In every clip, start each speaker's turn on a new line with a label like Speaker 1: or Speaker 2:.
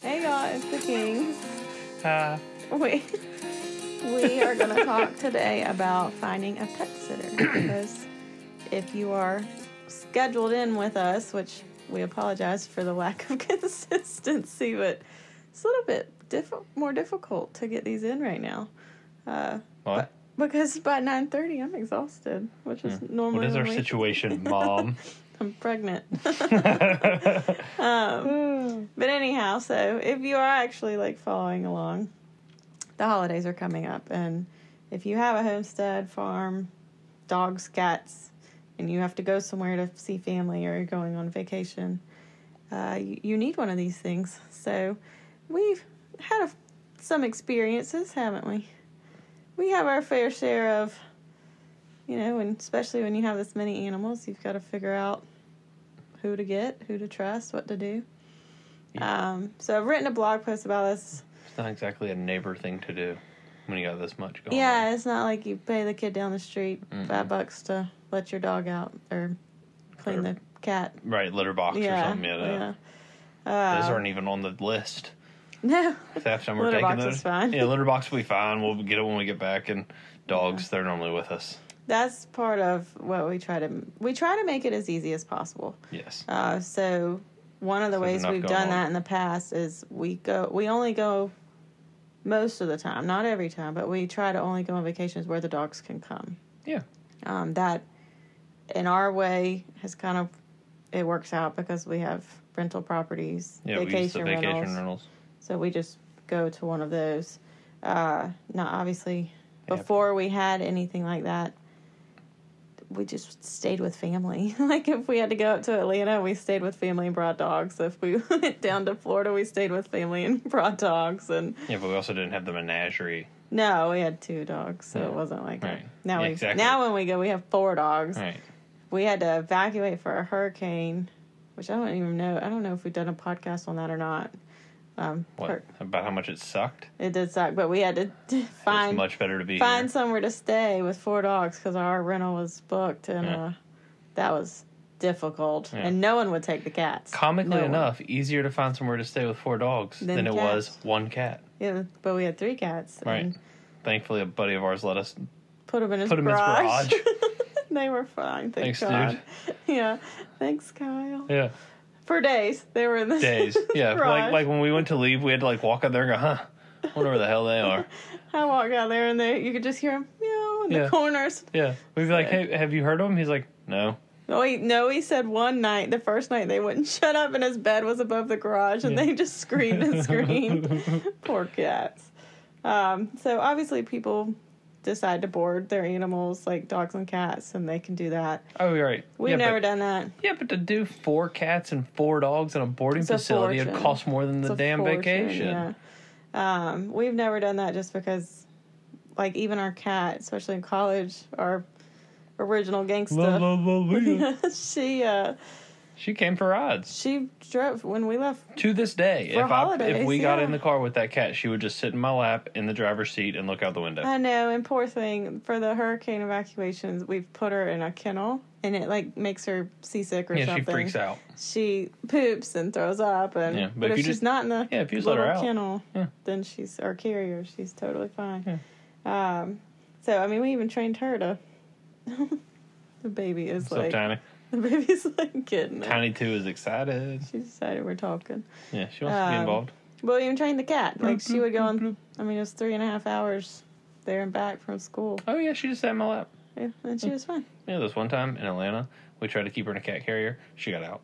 Speaker 1: Hey y'all, it's the Kings.
Speaker 2: Uh,
Speaker 1: We we are gonna talk today about finding a pet sitter because if you are scheduled in with us, which we apologize for the lack of consistency, but it's a little bit diff- more difficult to get these in right now. Uh,
Speaker 2: what?
Speaker 1: because by nine thirty, I'm exhausted, which is normally
Speaker 2: Hmm. What is our
Speaker 1: when we-
Speaker 2: situation, Mom?
Speaker 1: I'm pregnant. um, but anyhow, so if you are actually like following along, the holidays are coming up, and if you have a homestead, farm, dogs, cats, and you have to go somewhere to see family or you're going on vacation, uh, you, you need one of these things. So we've had a, some experiences, haven't we? We have our fair share of, you know, and especially when you have this many animals, you've got to figure out who to get, who to trust, what to do. Um, so I've written a blog post about this
Speaker 2: It's not exactly a neighbor thing to do when you got this much going
Speaker 1: Yeah,
Speaker 2: on.
Speaker 1: it's not like you pay the kid down the street five bucks to let your dog out or clean
Speaker 2: Or
Speaker 1: the cat.
Speaker 2: Right, litter box or
Speaker 1: Yeah,
Speaker 2: something. Yeah,
Speaker 1: yeah. Uh,
Speaker 2: no. Those aren't even on the list.
Speaker 1: No,
Speaker 2: If That's time we're
Speaker 1: Litter
Speaker 2: taking
Speaker 1: box
Speaker 2: those.
Speaker 1: is fine.
Speaker 2: Yeah, litter box will be fine. We'll get it when we get back. And dogs, they're normally with us.
Speaker 1: that's part of what we try to we try to make it as easy as possible.
Speaker 2: Yes.
Speaker 1: Uh, so one of the
Speaker 2: There's
Speaker 1: ways
Speaker 2: enough
Speaker 1: we've
Speaker 2: going
Speaker 1: done
Speaker 2: on.
Speaker 1: that in the past is we go we only go most of the time, not every time, but we try to only go on vacations where the dogs can come.
Speaker 2: yeah.
Speaker 1: um, that in our way has kind of it works out because we have rental properties
Speaker 2: Yeah, we use the vacation rentals.
Speaker 1: so we just go to one of those uh, now obviously before we had anything like that we just stayed with family like if we had to go up to atlanta we stayed with family and brought dogs if we went down to florida we stayed with family and brought dogs and
Speaker 2: Yeah, but we also didn't have the menagerie.
Speaker 1: no we had two dogs so it wasn't like that
Speaker 2: Right.
Speaker 1: now
Speaker 2: Yeah,
Speaker 1: we
Speaker 2: exactly.
Speaker 1: now when we go we have four dogs
Speaker 2: Right.
Speaker 1: we had to evacuate for a hurricane, which I don't even know. I don't know if we've done a podcast on that or not. Um,
Speaker 2: What?
Speaker 1: per-
Speaker 2: About how much it sucked?
Speaker 1: it did suck, but we had to d-
Speaker 2: it's
Speaker 1: find
Speaker 2: much better to be
Speaker 1: find
Speaker 2: here.
Speaker 1: somewhere to stay with four dogs because our rental was booked, and
Speaker 2: Yeah.
Speaker 1: uh, that was difficult.
Speaker 2: Yeah.
Speaker 1: And no one would take the cats.
Speaker 2: Comically
Speaker 1: No one.
Speaker 2: enough, easier to find somewhere to stay with four dogs
Speaker 1: Than
Speaker 2: than, it
Speaker 1: cats.
Speaker 2: was one cat.
Speaker 1: yeah, but we had three cats.
Speaker 2: Right.
Speaker 1: And
Speaker 2: Thankfully, a buddy of ours let us
Speaker 1: put them in his
Speaker 2: put him in his
Speaker 1: garage.
Speaker 2: garage.
Speaker 1: they were fine. Thank
Speaker 2: Thanks,
Speaker 1: God. Yeah. Thanks, Kyle.
Speaker 2: yeah.
Speaker 1: For days, they were in the
Speaker 2: Days. Yeah.
Speaker 1: garage.
Speaker 2: Like like when we went to leave, we had to like walk up there and go, huh, wonder where the hell they are.
Speaker 1: I walk out there and they, you could just hear him meow in the
Speaker 2: Yeah.
Speaker 1: corners.
Speaker 2: Yeah. We'd be like,
Speaker 1: Sick.
Speaker 2: hey, have you heard of him? He's like, no.
Speaker 1: No, he, no, he said one night, the first night they wouldn't shut up and his bed was above the garage and
Speaker 2: Yeah.
Speaker 1: they just screamed and screamed. Poor cats. Um, so obviously people decide to board their animals like dogs and cats and they can do that.
Speaker 2: Oh, you're right.
Speaker 1: We've
Speaker 2: yeah,
Speaker 1: never
Speaker 2: but,
Speaker 1: done that.
Speaker 2: Yeah, but to do four cats and four dogs in a boarding
Speaker 1: a
Speaker 2: facility, it
Speaker 1: fortune.
Speaker 2: costs more than the
Speaker 1: It's a
Speaker 2: damn
Speaker 1: fortune,
Speaker 2: vacation.
Speaker 1: yeah. Um, we've never done that just because, like, even our cat, especially in college, our original gangsta.
Speaker 2: La, la, la, la.
Speaker 1: she uh
Speaker 2: she came for rides.
Speaker 1: she drove when we left
Speaker 2: To this day,
Speaker 1: For
Speaker 2: if I
Speaker 1: holidays,
Speaker 2: if we got
Speaker 1: yeah.
Speaker 2: in the car with that cat, she would just sit in my lap in the driver's seat and look out the window.
Speaker 1: i know and poor thing for the hurricane evacuations we've put her in a kennel and it like makes her seasick or
Speaker 2: yeah,
Speaker 1: something
Speaker 2: she freaks out.
Speaker 1: she poops and throws up and
Speaker 2: Yeah,
Speaker 1: but,
Speaker 2: but if
Speaker 1: if,
Speaker 2: you
Speaker 1: she's
Speaker 2: just-
Speaker 1: not in the
Speaker 2: yeah, if you just let
Speaker 1: little
Speaker 2: her out,
Speaker 1: kennel
Speaker 2: yeah.
Speaker 1: then she's our carrier she's totally fine um so i mean we even trained her to the baby is
Speaker 2: So
Speaker 1: like
Speaker 2: tiny,
Speaker 1: the baby's like getting it.
Speaker 2: tiny two is excited.
Speaker 1: she decided we're talking
Speaker 2: Yeah, she wants to be
Speaker 1: Um,
Speaker 2: involved.
Speaker 1: Well, even trained the cat. Like
Speaker 2: Mm-hmm.
Speaker 1: she would go on. I mean, it was three and a half hours there and back from school,
Speaker 2: Oh yeah, she just sat in my lap.
Speaker 1: yeah, and she was fine.
Speaker 2: Yeah, this one time in Atlanta, we tried to keep her in a cat carrier. She got out.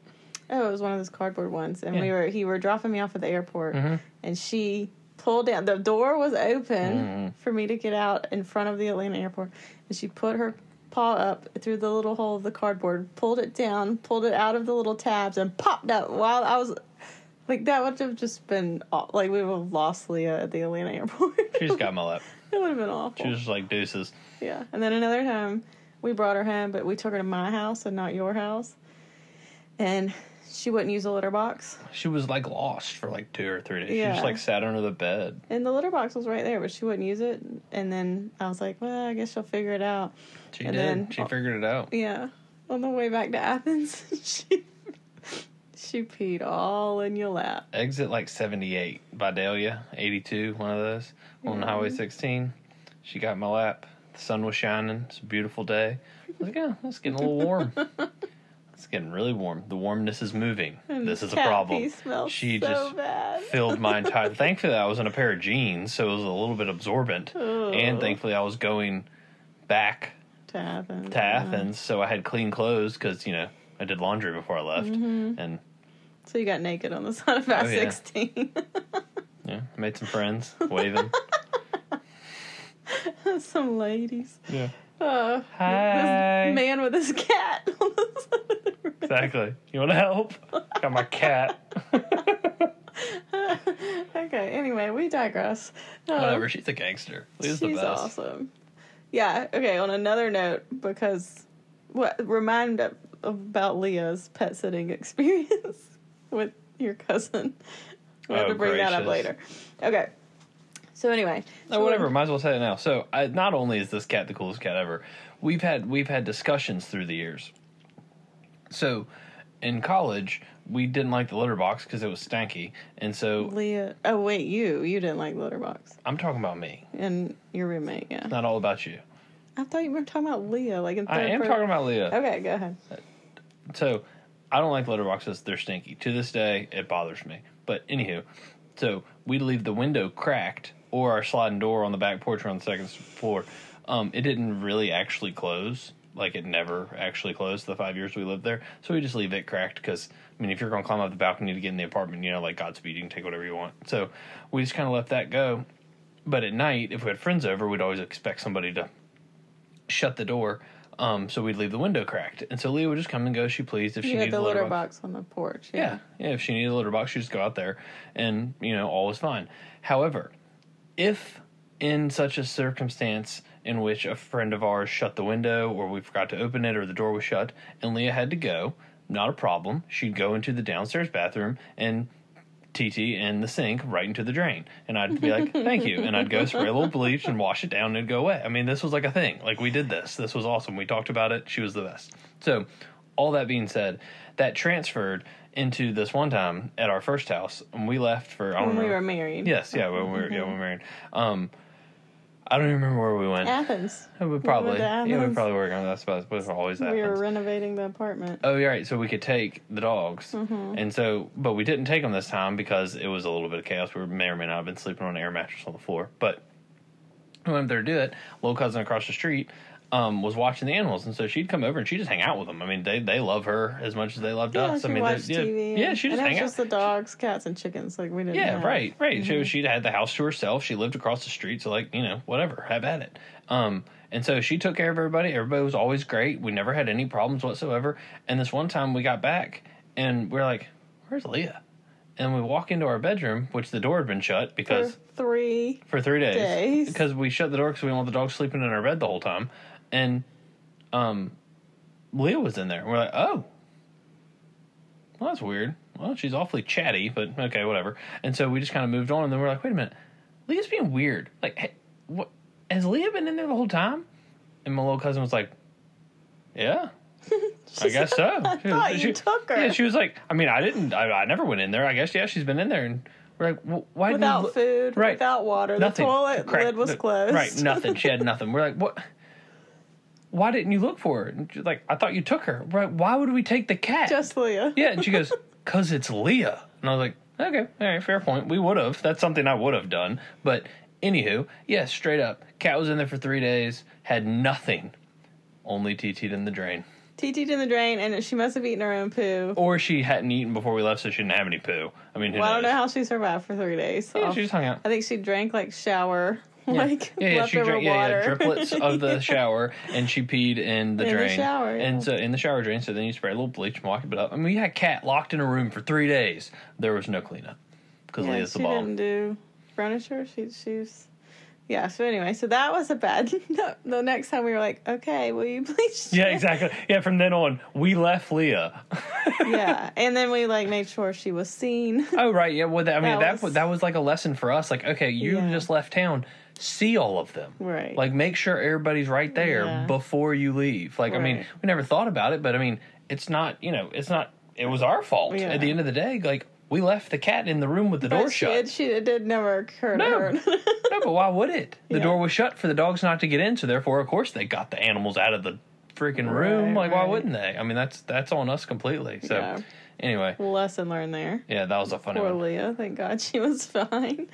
Speaker 1: Oh, it was one of those cardboard ones, and we
Speaker 2: Yeah. Mm-hmm.
Speaker 1: were he were dropping me off at the airport, and she pulled down the door was open
Speaker 2: Mm-hmm.
Speaker 1: for me to get out in front of the Atlanta airport, and she put her paw up through the little hole of the cardboard, pulled it down, pulled it out of the little tabs, and popped up while I was. Like that would have just been aw- like we would have lost Leah at the Atlanta airport.
Speaker 2: She just got in my lap.
Speaker 1: it would have been awful.
Speaker 2: She was just like deuces.
Speaker 1: Yeah. And then another time we brought her home, but we took her to my house and not your house. And she wouldn't use the litter box.
Speaker 2: She was like lost for like two or three days. She
Speaker 1: Yeah.
Speaker 2: just like sat under the bed.
Speaker 1: And the litter box was right there, but she wouldn't use it. And then I was like, well, I guess she'll figure it out.
Speaker 2: She
Speaker 1: And
Speaker 2: did.
Speaker 1: then-
Speaker 2: she figured it out.
Speaker 1: Yeah. On the way back to Athens, she She peed all in your lap.
Speaker 2: Exit like 78 by Delia, 82, one of those,
Speaker 1: Mm-hmm.
Speaker 2: on Highway 16. She got in my lap. The sun was shining. It's a beautiful day. I was like, yeah, it's getting a little warm. it's getting really warm. The warmness is moving.
Speaker 1: And
Speaker 2: this is a
Speaker 1: cat
Speaker 2: problem.
Speaker 1: pee smells
Speaker 2: She
Speaker 1: so
Speaker 2: just
Speaker 1: bad.
Speaker 2: filled my entire. thankfully, I was in a pair of jeans, so it was a little bit absorbent.
Speaker 1: Oh.
Speaker 2: And thankfully, I was going back
Speaker 1: to Athens.
Speaker 2: to Athens, so I had clean clothes because you know I did laundry before I left,
Speaker 1: Mm-hmm.
Speaker 2: and
Speaker 1: So you got naked on the side of I
Speaker 2: Oh, yeah.
Speaker 1: 16.
Speaker 2: yeah, I made some friends, waving.
Speaker 1: Some ladies.
Speaker 2: yeah,
Speaker 1: Oh,
Speaker 2: Hi.
Speaker 1: This man with his cat on the side of the road.
Speaker 2: exactly. You want to help? Got my cat.
Speaker 1: okay, anyway, we digress. Um,
Speaker 2: Whatever. She's a gangster. Leah's
Speaker 1: she's
Speaker 2: the best.
Speaker 1: awesome. Yeah, okay, on another note, because what remind up about Leah's pet sitting experience with your cousin. We'll have
Speaker 2: Oh,
Speaker 1: to bring that up later.
Speaker 2: gracious.
Speaker 1: Okay. So anyway.
Speaker 2: No,
Speaker 1: so-
Speaker 2: Oh, whatever. Might as well say it now. So, I, not only is this cat the coolest cat ever, we've had we've had discussions through the years. So, in college, we didn't like the litter box because it was stanky, and so
Speaker 1: Leah oh wait, you. You didn't like Litterbox.
Speaker 2: I'm talking about me,
Speaker 1: And your roommate, yeah.
Speaker 2: not all about you.
Speaker 1: I thought you were talking about Leah, like in third
Speaker 2: I am
Speaker 1: person.
Speaker 2: talking about Leah.
Speaker 1: Okay, go ahead.
Speaker 2: So I don't like litter boxes. They're stinky. To this day, it bothers me. But anywho, so we leave the window cracked or our sliding door on the back porch or on the second s- floor. Um, it didn't really actually close. Like it never actually closed the five years we lived there. So we just leave it cracked because I mean, if you're gonna climb up the balcony to get in the apartment, you know, like Godspeed, you can take whatever you want. So we just kind of left that go. But at night, if we had friends over, we'd always expect somebody to shut the door. Um, so we'd leave the window cracked, and so Leah would just come and go as she pleased if she
Speaker 1: You had
Speaker 2: needed
Speaker 1: the
Speaker 2: a litter, box.
Speaker 1: box on the porch.
Speaker 2: Yeah, yeah. If she needed a litter box, she'd just go out there, and you know, all was fine. However, if in such a circumstance in which a friend of ours shut the window, or we forgot to open it, or the door was shut, and Leah had to go, not a problem. She'd go into the downstairs bathroom and TT and the sink right into the drain. And I'd be like, thank you. And I'd go spray a little bleach and wash it down and it'd go away. I mean, this was like a thing. Like, we did this. This was awesome. We talked about it. She was the best. So, all that being said, that transferred into this one time at our first house. And we left for, I don't
Speaker 1: When we
Speaker 2: remember.
Speaker 1: were married.
Speaker 2: Yes, yeah, when we were, yeah, when we were married. Um, I don't even remember where we went.
Speaker 1: Athens.
Speaker 2: we
Speaker 1: to
Speaker 2: probably, yeah, we
Speaker 1: Athens.
Speaker 2: probably were going to, that's about, but it always happens.
Speaker 1: We were renovating the apartment.
Speaker 2: Oh, you're right. So we could take the dogs,
Speaker 1: Mm-hmm.
Speaker 2: and so, but we didn't take them this time because it was a little bit of chaos. We may or may not have been sleeping on an air mattress on the floor, but we went up there to do it. Little cousin across the street um, was watching the animals, and so she'd come over and she would just hang out with them. I mean, they they love her as much as they loved us.
Speaker 1: she
Speaker 2: I mean,
Speaker 1: watched
Speaker 2: they, yeah,
Speaker 1: TV.
Speaker 2: yeah, she
Speaker 1: and it
Speaker 2: just
Speaker 1: was
Speaker 2: hang out.
Speaker 1: just the dogs, cats, and chickens. Like we didn't.
Speaker 2: Yeah,
Speaker 1: have.
Speaker 2: right, right. So she'd had the house to herself. She lived across the street, so like you know, whatever, have at it. Um, and so she took care of everybody. Everybody was always great. We never had any problems whatsoever. And this one time we got back, and we're like, "Where's Leah?" And we walk into our bedroom, which the door had been shut
Speaker 1: For
Speaker 2: because
Speaker 1: three.
Speaker 2: for three days,
Speaker 1: Days.
Speaker 2: because we shut the door because we didn't want the dog sleeping in our bed the whole time. And um, Leah was in there. We're like, oh, well, that's weird. Well, she's awfully chatty, but okay, whatever. And so we just kind of moved on, and then we're like, wait a minute, Leah's being weird. Like, hey, what has Leah been in there the whole time? And my little cousin was like, yeah. I guess so. I
Speaker 1: thought you took her.
Speaker 2: Yeah, she was like, I mean, I didn't, I, I never went in there. I guess, yeah, she's been in there. And we're like, well, why didn't
Speaker 1: Without
Speaker 2: Le-
Speaker 1: food.
Speaker 2: Right.
Speaker 1: Without water. The toilet
Speaker 2: Correct.
Speaker 1: lid was
Speaker 2: No-
Speaker 1: closed.
Speaker 2: Right, nothing. She had nothing. We're like, what? Why didn't you look for her? And she's like, I thought you took her. We're like, why would we take the cat?
Speaker 1: Just Leah.
Speaker 2: yeah, and she goes, because it's Leah. And I was like, okay, all right, fair point. We would have. That's something I would have done. But anywho, yeah, straight up, cat was in there for three days, had nothing, only TT'd in the drain.
Speaker 1: TT'd in the drain, and she must have eaten her own poo.
Speaker 2: Or she hadn't eaten before we left, so she didn't have any poo. I mean, who
Speaker 1: Well, I don't know
Speaker 2: knows?
Speaker 1: how she survived for three days.
Speaker 2: yeah,
Speaker 1: off-
Speaker 2: she just hung out.
Speaker 1: I think she drank like shower, like
Speaker 2: yeah, yeah, she
Speaker 1: leftover
Speaker 2: drank yeah,
Speaker 1: water.
Speaker 2: yeah, driplets of the shower, and she peed in the
Speaker 1: In the
Speaker 2: drain.
Speaker 1: shower, yeah.
Speaker 2: And so in the shower drain. So then you spray a little bleach and walk it up. I mean, we had cat locked in a room for three days. There was no cleanup because
Speaker 1: Yeah,
Speaker 2: Leah's the
Speaker 1: she didn't
Speaker 2: bomb.
Speaker 1: do furniture. She shoes. Yeah. So anyway, so that was a bad. No, the next time we were like, okay, will you please?
Speaker 2: Yeah, exactly. Yeah, from then on, we left Leah.
Speaker 1: yeah. And then we like made sure she was seen.
Speaker 2: Oh right, yeah. Well, that, I mean,
Speaker 1: That
Speaker 2: that
Speaker 1: was-
Speaker 2: was, that was like a lesson for us. Like, okay, you
Speaker 1: Yeah.
Speaker 2: just left town. See all of them.
Speaker 1: Right.
Speaker 2: Like, make sure everybody's right there
Speaker 1: Yeah.
Speaker 2: before you leave. Like, I mean,
Speaker 1: Right.
Speaker 2: we never thought about it, but I mean, it's not you know, it's not it was our fault
Speaker 1: Yeah.
Speaker 2: at the end of the day. Like we left the cat in the room with the door
Speaker 1: But she-
Speaker 2: shut.
Speaker 1: It, she, it did never occur to
Speaker 2: No.
Speaker 1: her.
Speaker 2: no, but why would it? The
Speaker 1: Yeah.
Speaker 2: door was shut for the dogs not to get in, so therefore, of course, they got the animals out of the freaking room.
Speaker 1: Right,
Speaker 2: like, why
Speaker 1: right.
Speaker 2: wouldn't they? I mean, that's that's on us completely. So,
Speaker 1: Yeah.
Speaker 2: anyway,
Speaker 1: Lesson learned there.
Speaker 2: yeah, Uh-huh. that was a funny
Speaker 1: Poor
Speaker 2: one.
Speaker 1: Leah. Thank God she was fine.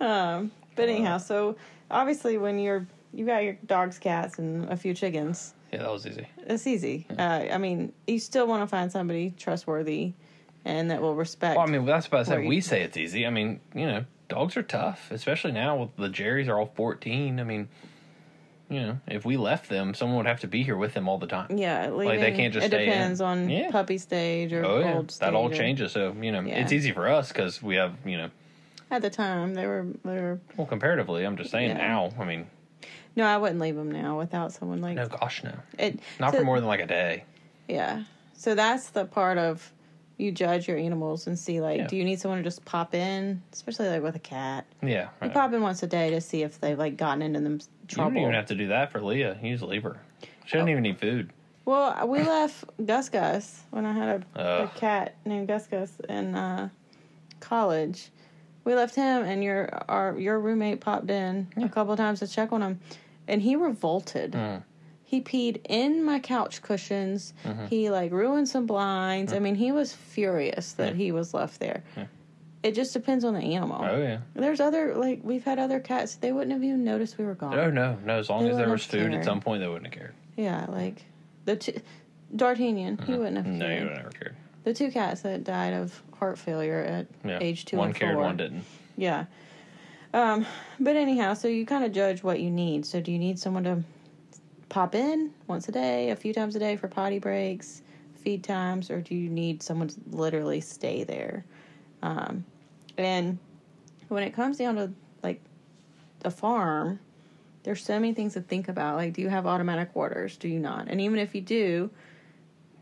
Speaker 1: Um, but
Speaker 2: Wow.
Speaker 1: anyhow, so obviously when you're you got your dogs, cats, and a few chickens,
Speaker 2: Yeah, that was easy.
Speaker 1: it's easy.
Speaker 2: Mm-hmm.
Speaker 1: Uh, I mean, you still want to find somebody trustworthy and that will respect.
Speaker 2: Well, I mean, that's about to
Speaker 1: Where
Speaker 2: say
Speaker 1: you-
Speaker 2: we say it's easy. I mean, you know, dogs are tough, especially now with the Jerry's are all fourteen. I mean, you know, if we left them, someone would have to be here with them all the time.
Speaker 1: yeah, leaving,
Speaker 2: they can't just
Speaker 1: It
Speaker 2: stay in.
Speaker 1: depends on
Speaker 2: Yeah.
Speaker 1: puppy stage or
Speaker 2: Oh
Speaker 1: old
Speaker 2: yeah,
Speaker 1: stage.
Speaker 2: that all
Speaker 1: or-
Speaker 2: changes. So you know,
Speaker 1: Yeah.
Speaker 2: it's easy for us because we have you know,
Speaker 1: At the time, they were they were.
Speaker 2: well, comparatively, I'm just saying
Speaker 1: Yeah.
Speaker 2: now. I mean,
Speaker 1: No, I wouldn't leave them now without someone like
Speaker 2: no, gosh, no,
Speaker 1: it.
Speaker 2: not
Speaker 1: so-
Speaker 2: for more than like a day.
Speaker 1: Yeah. So that's the part of you judge your animals and see like,
Speaker 2: Yeah.
Speaker 1: do you need someone to just pop in, especially like with a cat?
Speaker 2: Yeah,
Speaker 1: You
Speaker 2: right.
Speaker 1: pop in once a day to see if they've like gotten into them
Speaker 2: You don't
Speaker 1: trouble.
Speaker 2: even have to do that for Leah. You just leave her. She doesn't
Speaker 1: Oh.
Speaker 2: even need food.
Speaker 1: well, we left Gus Gus when I had a, a
Speaker 2: Ugh.
Speaker 1: cat named Gus Gus in uh, college. We left him, and your our your roommate popped in a couple times to check on him, and he revolted.
Speaker 2: Mm.
Speaker 1: He peed in my couch cushions.
Speaker 2: Mm-hmm.
Speaker 1: He like ruined some
Speaker 2: Mm.
Speaker 1: blinds. I mean, he was furious that he was left there. It just depends on the animal.
Speaker 2: Oh yeah.
Speaker 1: There's other like we've had other cats. They wouldn't have even noticed we were gone.
Speaker 2: Oh no, no. As long
Speaker 1: They
Speaker 2: as there
Speaker 1: wouldn't
Speaker 2: was
Speaker 1: have
Speaker 2: food at
Speaker 1: cared.
Speaker 2: some point, they wouldn't have cared.
Speaker 1: Yeah, like the two, D'Artagnan. He wouldn't have.
Speaker 2: Mm-hmm. No, you
Speaker 1: cared.
Speaker 2: would never cared.
Speaker 1: The two cats that died of heart failure at
Speaker 2: Yeah.
Speaker 1: age two
Speaker 2: one
Speaker 1: and
Speaker 2: cared,
Speaker 1: four.
Speaker 2: one didn't.
Speaker 1: Yeah. Um, but anyhow, so you kind of judge what you need. So do you need someone to pop in once a day, a few times a day for potty breaks, feed times, or do you need someone to literally stay there? Um, and when it comes down to like a farm, there's so many things to think about. Like, do you have automatic waters? Do you not? And even if you do,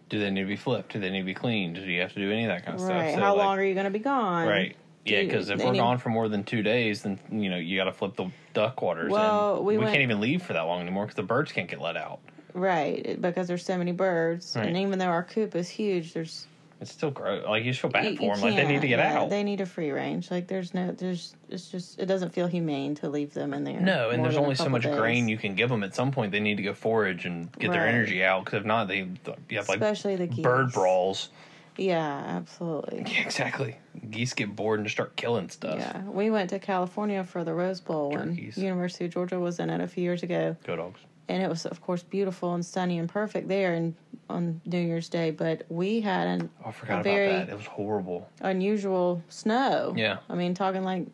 Speaker 2: Do they need to be flipped? Do they need to be cleaned? Do you have to do any of that kind of
Speaker 1: right?
Speaker 2: stuff? So,
Speaker 1: how
Speaker 2: like,
Speaker 1: long are you going to be gone?
Speaker 2: Right. Yeah, because if
Speaker 1: Dude,
Speaker 2: we're
Speaker 1: any-
Speaker 2: gone for more than two days, then you know you got to flip the duck waters.
Speaker 1: Well,
Speaker 2: and
Speaker 1: we went-
Speaker 2: can't even leave for that long anymore because the birds can't get let out.
Speaker 1: Right, it- because there's so many birds,
Speaker 2: Right.
Speaker 1: and even though our coop is huge, there's
Speaker 2: It's still gross. Like you just feel bad
Speaker 1: you- you
Speaker 2: for them. Like they
Speaker 1: can't,
Speaker 2: need to get
Speaker 1: yeah,
Speaker 2: out.
Speaker 1: They need a free range. Like there's no, there's it's just it doesn't feel humane to leave them in there.
Speaker 2: No, and
Speaker 1: more
Speaker 2: there's
Speaker 1: than a
Speaker 2: only so
Speaker 1: couple
Speaker 2: much
Speaker 1: days.
Speaker 2: grain you can give them. At some point, they need to go forage and get their
Speaker 1: Right.
Speaker 2: energy out. Because if not, they you have like
Speaker 1: especially the geese.
Speaker 2: bird brawls.
Speaker 1: Yeah, absolutely.
Speaker 2: Yeah, exactly. Geese get bored and just start killing stuff.
Speaker 1: Yeah, we went to California for the Rose Bowl when
Speaker 2: Turkeys.
Speaker 1: University of Georgia was in it a few years ago,
Speaker 2: Go dogs.
Speaker 1: and it was of course beautiful and sunny and perfect there and on New Year's Day. But we had an
Speaker 2: Oh, I forgot
Speaker 1: A
Speaker 2: about
Speaker 1: very-
Speaker 2: that. It was horrible.
Speaker 1: unusual snow.
Speaker 2: Yeah.
Speaker 1: I mean, talking like